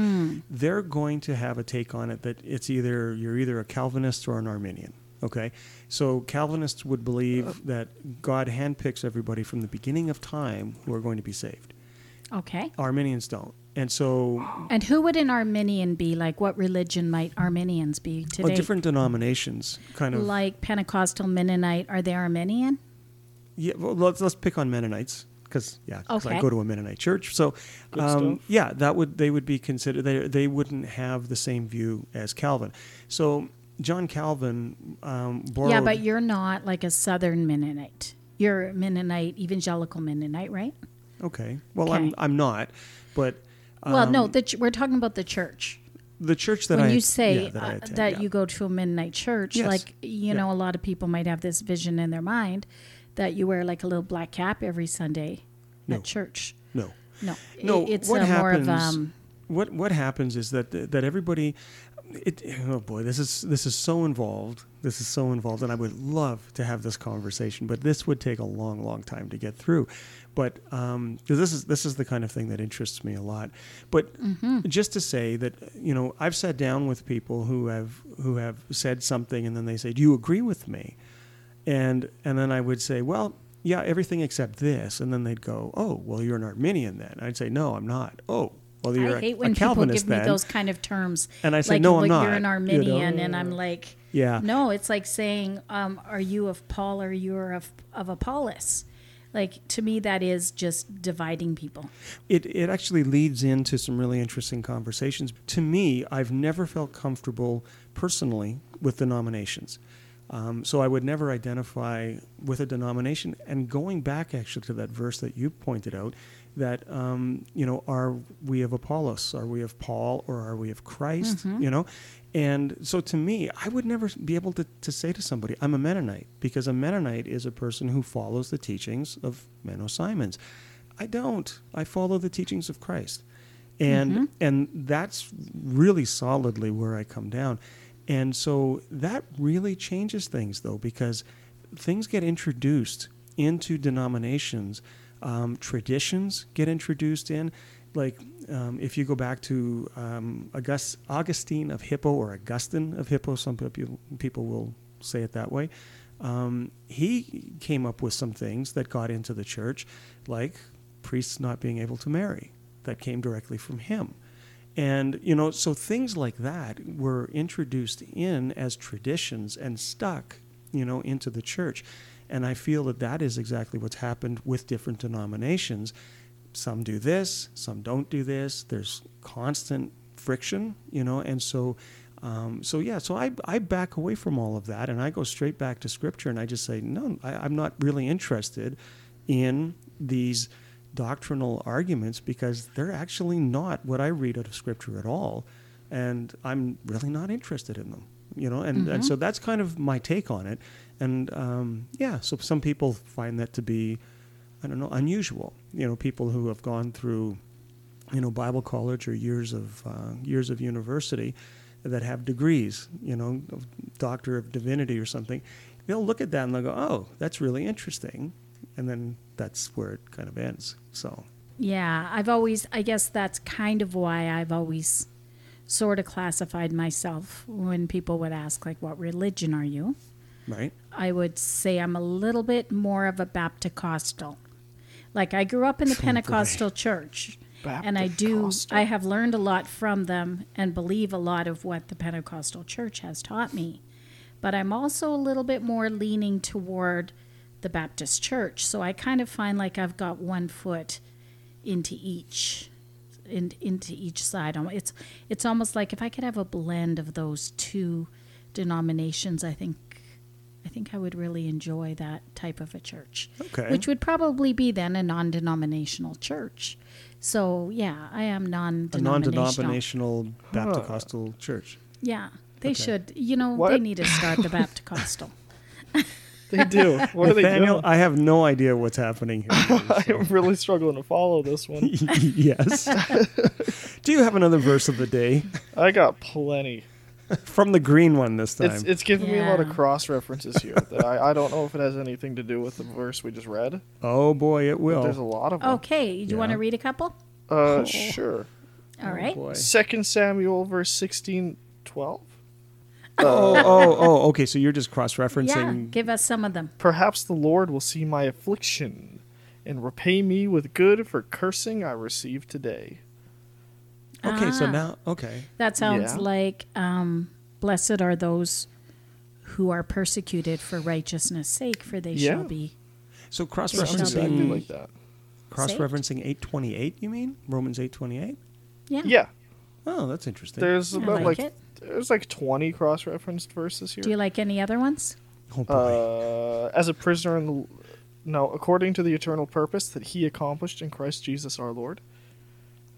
Speaker 3: they're going to have a take on it that it's either you're either a Calvinist or an Arminian. Okay, so Calvinists would believe that God handpicks everybody from the beginning of time who are going to be saved.
Speaker 1: Okay.
Speaker 3: Arminians don't, and so
Speaker 1: And who would an Arminian be? Like, what religion might Arminians be
Speaker 3: well,
Speaker 1: today?
Speaker 3: different denominations kind of
Speaker 1: like Pentecostal Mennonite. Are they Arminian?
Speaker 3: Yeah, well, let's let's pick on Mennonites because yeah, 'cause I
Speaker 1: Okay.
Speaker 3: go to a Mennonite church. So, um,
Speaker 2: stuff.
Speaker 3: yeah, that would they would be considered they they wouldn't have the same view as Calvin. So John Calvin um, borrowed.
Speaker 1: Yeah, but you're not like a Southern Mennonite. You're a Mennonite, evangelical Mennonite, right?
Speaker 3: okay. Well, I'm
Speaker 1: Okay.
Speaker 3: I'm not, but
Speaker 1: well,
Speaker 3: Um,
Speaker 1: no, the ch- we're talking about the church.
Speaker 3: the church that
Speaker 1: when
Speaker 3: I
Speaker 1: you say
Speaker 3: yeah, that, I
Speaker 1: uh,
Speaker 3: attend,
Speaker 1: that
Speaker 3: yeah.
Speaker 1: you go to a midnight church,
Speaker 3: Yes.
Speaker 1: like you
Speaker 3: Yeah.
Speaker 1: know, a lot of people might have this vision in their mind that you wear like a little black cap every Sunday
Speaker 3: No.
Speaker 1: at church.
Speaker 3: no
Speaker 1: No,
Speaker 3: no
Speaker 1: i- it's
Speaker 3: what
Speaker 1: a
Speaker 3: happens
Speaker 1: more of um,
Speaker 3: what what happens is that that everybody it, oh boy, this is this is so involved. This is so involved, and I would love to have this conversation, but this would take a long, long time to get through. But um, 'cause this is this is the kind of thing that interests me a lot. But
Speaker 1: Mm-hmm.
Speaker 3: just to say that you know, I've sat down with people who have who have said something, and then they say, "Do you agree with me?" and and then I would say, well, yeah, everything except this, and then they'd go, oh, well, you're an Arminian then. I'd say, no, I'm not. Oh, well, you're
Speaker 1: I
Speaker 3: a-
Speaker 1: hate
Speaker 3: a
Speaker 1: when people
Speaker 3: Calvinist
Speaker 1: give me
Speaker 3: then.
Speaker 1: those kind of terms.
Speaker 3: And I say,
Speaker 1: like,
Speaker 3: "No, I'm
Speaker 1: like
Speaker 3: not,"
Speaker 1: You're an
Speaker 3: you know?
Speaker 1: Arminian, and I'm like,
Speaker 3: Yeah.
Speaker 1: no. It's like saying, um, "Are you of Paul or you're of of Apollos?" Like to me, that is just dividing people.
Speaker 3: it, it actually leads into some really interesting conversations. To me, I've never felt comfortable personally with denominations. Um, so I would never identify with a denomination. And going back actually to that verse that you pointed out, that, um, you know, are we of Apollos? Are we of Paul? Or are we of Christ? You know? And so to me, I would never be able to, to say to somebody, I'm a Mennonite, because a Mennonite is a person who follows the teachings of Menno Simons. I don't. I follow the teachings of Christ. And and that's really solidly where I come down. And so that really changes things though because things get introduced into denominations, um, traditions get introduced in. Like um, if you go back to um, August, Augustine of Hippo or Augustine of Hippo, some people people will say it that way um, he came up with some things that got into the church, like priests not being able to marry, that came directly from him. And, you know, so things like that were introduced in as traditions and stuck, you know, into the church. And I feel that that is exactly what's happened with different denominations. Some do this, some don't do this. There's constant friction, you know, and so um, so yeah, so I, I back away from all of that and I go straight back to scripture and I just say, no, I, I'm not really interested in these doctrinal arguments because they're actually not what I read out of scripture at all. And I'm really not interested in them, you know, and, and so that's kind of my take on it. And um, yeah, so some people find that to be, I don't know, unusual, you know, people who have gone through you know Bible college or years of uh, years of university that have degrees, you know, of doctor of divinity or something, they'll look at that and they'll go, "Oh, that's really interesting," and then that's where it kind of ends. So
Speaker 1: Yeah, I've always, I guess that's kind of why I've always sort of classified myself when people would ask, like, what religion are you?
Speaker 3: right,
Speaker 1: I would say I'm a little bit more of a Baptocostal. Like, I grew up in the Pentecostal church, and I do, I have learned a lot from them and believe a lot of what the Pentecostal church has taught me. But I'm also a little bit more leaning toward the Baptist church. So I kind of find like I've got one foot into each in, into each side. Al- It's it's almost like if I could have a blend of those two denominations, I think I think I would really enjoy that type of a church.
Speaker 3: Okay.
Speaker 1: Which would probably be then a non-denominational church. So, yeah, I am
Speaker 3: a
Speaker 1: non-denominational.
Speaker 3: non-denominational Baptist church.
Speaker 1: Yeah. They should, you know, they
Speaker 2: What?
Speaker 1: need to start
Speaker 3: [laughs]
Speaker 1: the Baptist Costal.
Speaker 2: They do. [laughs] What are they
Speaker 3: Daniel,
Speaker 2: doing?
Speaker 3: I have no idea what's happening
Speaker 2: [laughs]
Speaker 3: here. [laughs]
Speaker 2: I'm really struggling to follow this one. [laughs]
Speaker 3: yes. Do you have another verse of the day
Speaker 2: I got plenty.
Speaker 3: from the green one this time?
Speaker 2: It's it's giving me a lot of
Speaker 1: Yeah.
Speaker 2: cross references here that I, I don't know if it has anything to do with the verse we just read.
Speaker 3: oh boy, it will.
Speaker 2: There's a lot of them.
Speaker 1: Okay, you want
Speaker 3: Yeah. Oh,
Speaker 1: to read a couple?
Speaker 2: Uh, sure.
Speaker 1: All
Speaker 2: Oh,
Speaker 1: right.
Speaker 3: boy.
Speaker 2: Second Samuel verse 16, 12?
Speaker 3: oh, oh, oh, okay. So you're just cross
Speaker 1: Yeah,
Speaker 3: referencing.
Speaker 1: give us some of them.
Speaker 2: Perhaps the Lord will see my affliction and repay me with good for cursing I received today.
Speaker 3: Okay, so
Speaker 1: Ah.
Speaker 3: now, okay.
Speaker 1: That sounds
Speaker 2: Yeah.
Speaker 1: like um, blessed are those who are persecuted for righteousness' sake, for they
Speaker 2: Yeah.
Speaker 1: shall be.
Speaker 3: So cross
Speaker 2: Sounds exactly
Speaker 1: something-
Speaker 3: referencing
Speaker 2: like that.
Speaker 3: cross referencing eight twenty eight. You mean Romans eight twenty eight?
Speaker 1: Yeah.
Speaker 2: Yeah.
Speaker 3: Oh, that's interesting.
Speaker 2: There's
Speaker 1: Hmm. I
Speaker 2: about
Speaker 1: like
Speaker 2: like,
Speaker 1: it.
Speaker 2: there's like 20 cross referenced verses here.
Speaker 1: Do you like any other ones?
Speaker 3: oh boy.
Speaker 2: uh, as a prisoner in the no, according to the eternal purpose that he accomplished in Christ Jesus our Lord.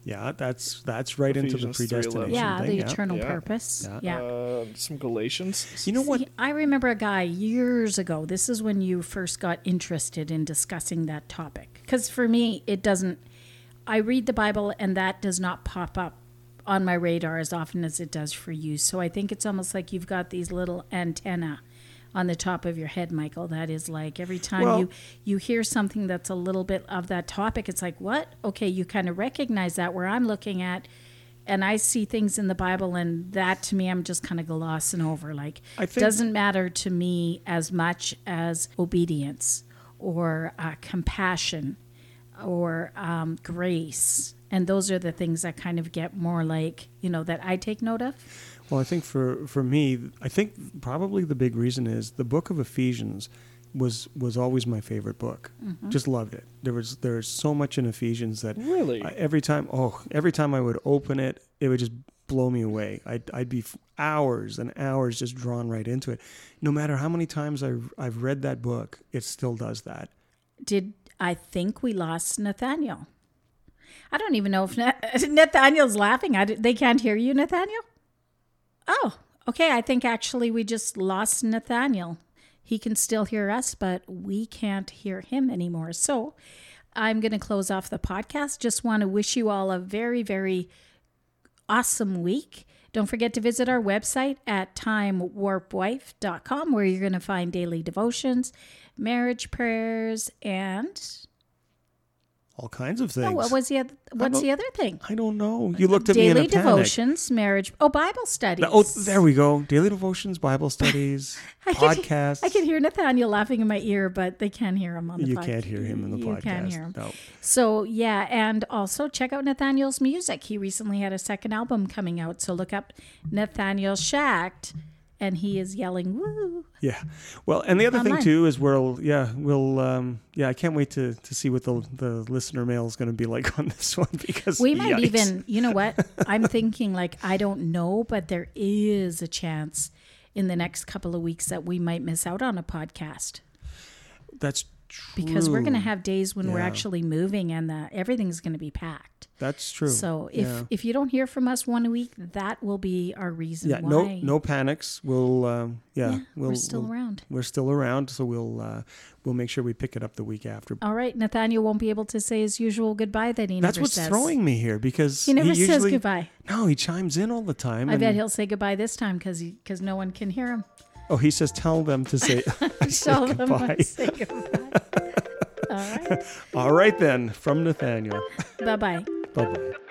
Speaker 3: yeah, that's that's right into the
Speaker 2: Ephesians 3:11.
Speaker 3: predestination
Speaker 1: Yeah,
Speaker 3: thing.
Speaker 1: the
Speaker 3: yeah.
Speaker 1: eternal
Speaker 2: Yeah.
Speaker 1: purpose.
Speaker 3: Yeah.
Speaker 1: Yeah.
Speaker 2: Uh, some Galatians.
Speaker 3: You know what?
Speaker 1: See, I remember a guy years ago. This is when you first got interested in discussing that topic. Because for me, it doesn't. I read the Bible, and that does not pop up on my radar as often as it does for you. So I think it's almost like you've got these little antenna on the top of your head, Michael. That is like every time
Speaker 3: Well-
Speaker 1: you you hear something that's a little bit of that topic, it's like what? Okay, you kind of recognize that. Where I'm looking at. And I see things in the Bible, and that to me, I'm just kind of glossing over. Like,
Speaker 3: I think-
Speaker 1: doesn't matter to me as much as obedience or uh, compassion or um, grace. And those are the things that kind of get more like, you know, that I take note of.
Speaker 3: Well, I think for, for me, I think probably the big reason is the book of Ephesians was was always my favorite book.
Speaker 1: Mm-hmm.
Speaker 3: Just loved it. There was there's so much in Ephesians that
Speaker 2: Really?
Speaker 3: I- every time oh every time I would open it, it would just blow me away. I'd I'd be f- hours and hours just drawn right into it. No matter how many times I I've, I've read that book, it still does that.
Speaker 1: Did I think we lost Nathaniel? I don't even know if Na- [laughs] Nathaniel's laughing. I d- they can't hear you, Nathaniel. Oh, okay. I think actually we just lost Nathaniel. He can still hear us, but we can't hear him anymore. So I'm going to close off the podcast. Just want to wish you all a very, very awesome week. Don't forget to visit our website at timewarpwife.com where you're going to find daily devotions, marriage prayers, and
Speaker 3: All kinds of things.
Speaker 1: oh, what was the other, what's
Speaker 3: about-
Speaker 1: the other thing?
Speaker 3: I don't know. You looked at me
Speaker 1: daily
Speaker 3: in a panic.
Speaker 1: devotions, marriage, oh, Bible studies.
Speaker 3: Oh, there we go. Daily devotions, Bible studies,
Speaker 1: [laughs] I could-
Speaker 3: podcasts.
Speaker 1: I can hear Nathaniel laughing in my ear, but they can't hear him on the
Speaker 3: you
Speaker 1: podcast.
Speaker 3: can't hear him in the
Speaker 1: You
Speaker 3: podcast.
Speaker 1: can't hear him.
Speaker 3: No.
Speaker 1: So yeah, and also check out Nathaniel's music. He recently had a second album coming out, so look up Nathaniel Schacht, and he is yelling "woo"
Speaker 3: Yeah. Well, and the other
Speaker 1: Online.
Speaker 3: thing too is we'll yeah we'll um, yeah I can't wait to to see what the the listener mail is going to be like [laughs] on this one because
Speaker 1: We might
Speaker 3: yikes.
Speaker 1: even, you know
Speaker 3: [laughs]
Speaker 1: what? I'm thinking like I don't know, but there is a chance in the next couple of weeks that we might miss out on a podcast
Speaker 3: that's true.
Speaker 1: because we're going to have days when we're
Speaker 3: Yeah.
Speaker 1: actually moving and the, everything's going to be packed.
Speaker 3: that's true.
Speaker 1: So if
Speaker 3: yeah,
Speaker 1: if you don't hear from us one week, that will be our reason
Speaker 3: yeah
Speaker 1: why.
Speaker 3: no no panics. We'll um, yeah,
Speaker 1: Yeah,
Speaker 3: we'll
Speaker 1: we're still
Speaker 3: we'll-
Speaker 1: around.
Speaker 3: We're still around, so we'll uh, we'll make sure we pick it up the week after.
Speaker 1: All right, Nathaniel won't be able to say his usual goodbye that Oh, he
Speaker 3: that's
Speaker 1: never
Speaker 3: what's
Speaker 1: says.
Speaker 3: throwing me here because
Speaker 1: He never says
Speaker 3: usually- Mm-hmm.
Speaker 1: goodbye.
Speaker 3: No, he chimes in all the time.
Speaker 1: I
Speaker 3: and-
Speaker 1: bet he'll say goodbye this time because because no one can hear him. [laughs]
Speaker 3: Oh, he says tell them to say. [laughs]
Speaker 1: Tell them [laughs] I
Speaker 3: goodbye.
Speaker 1: say goodbye. All right,
Speaker 3: all right then, from Nathaniel.
Speaker 1: bye bye.
Speaker 3: Bye bye.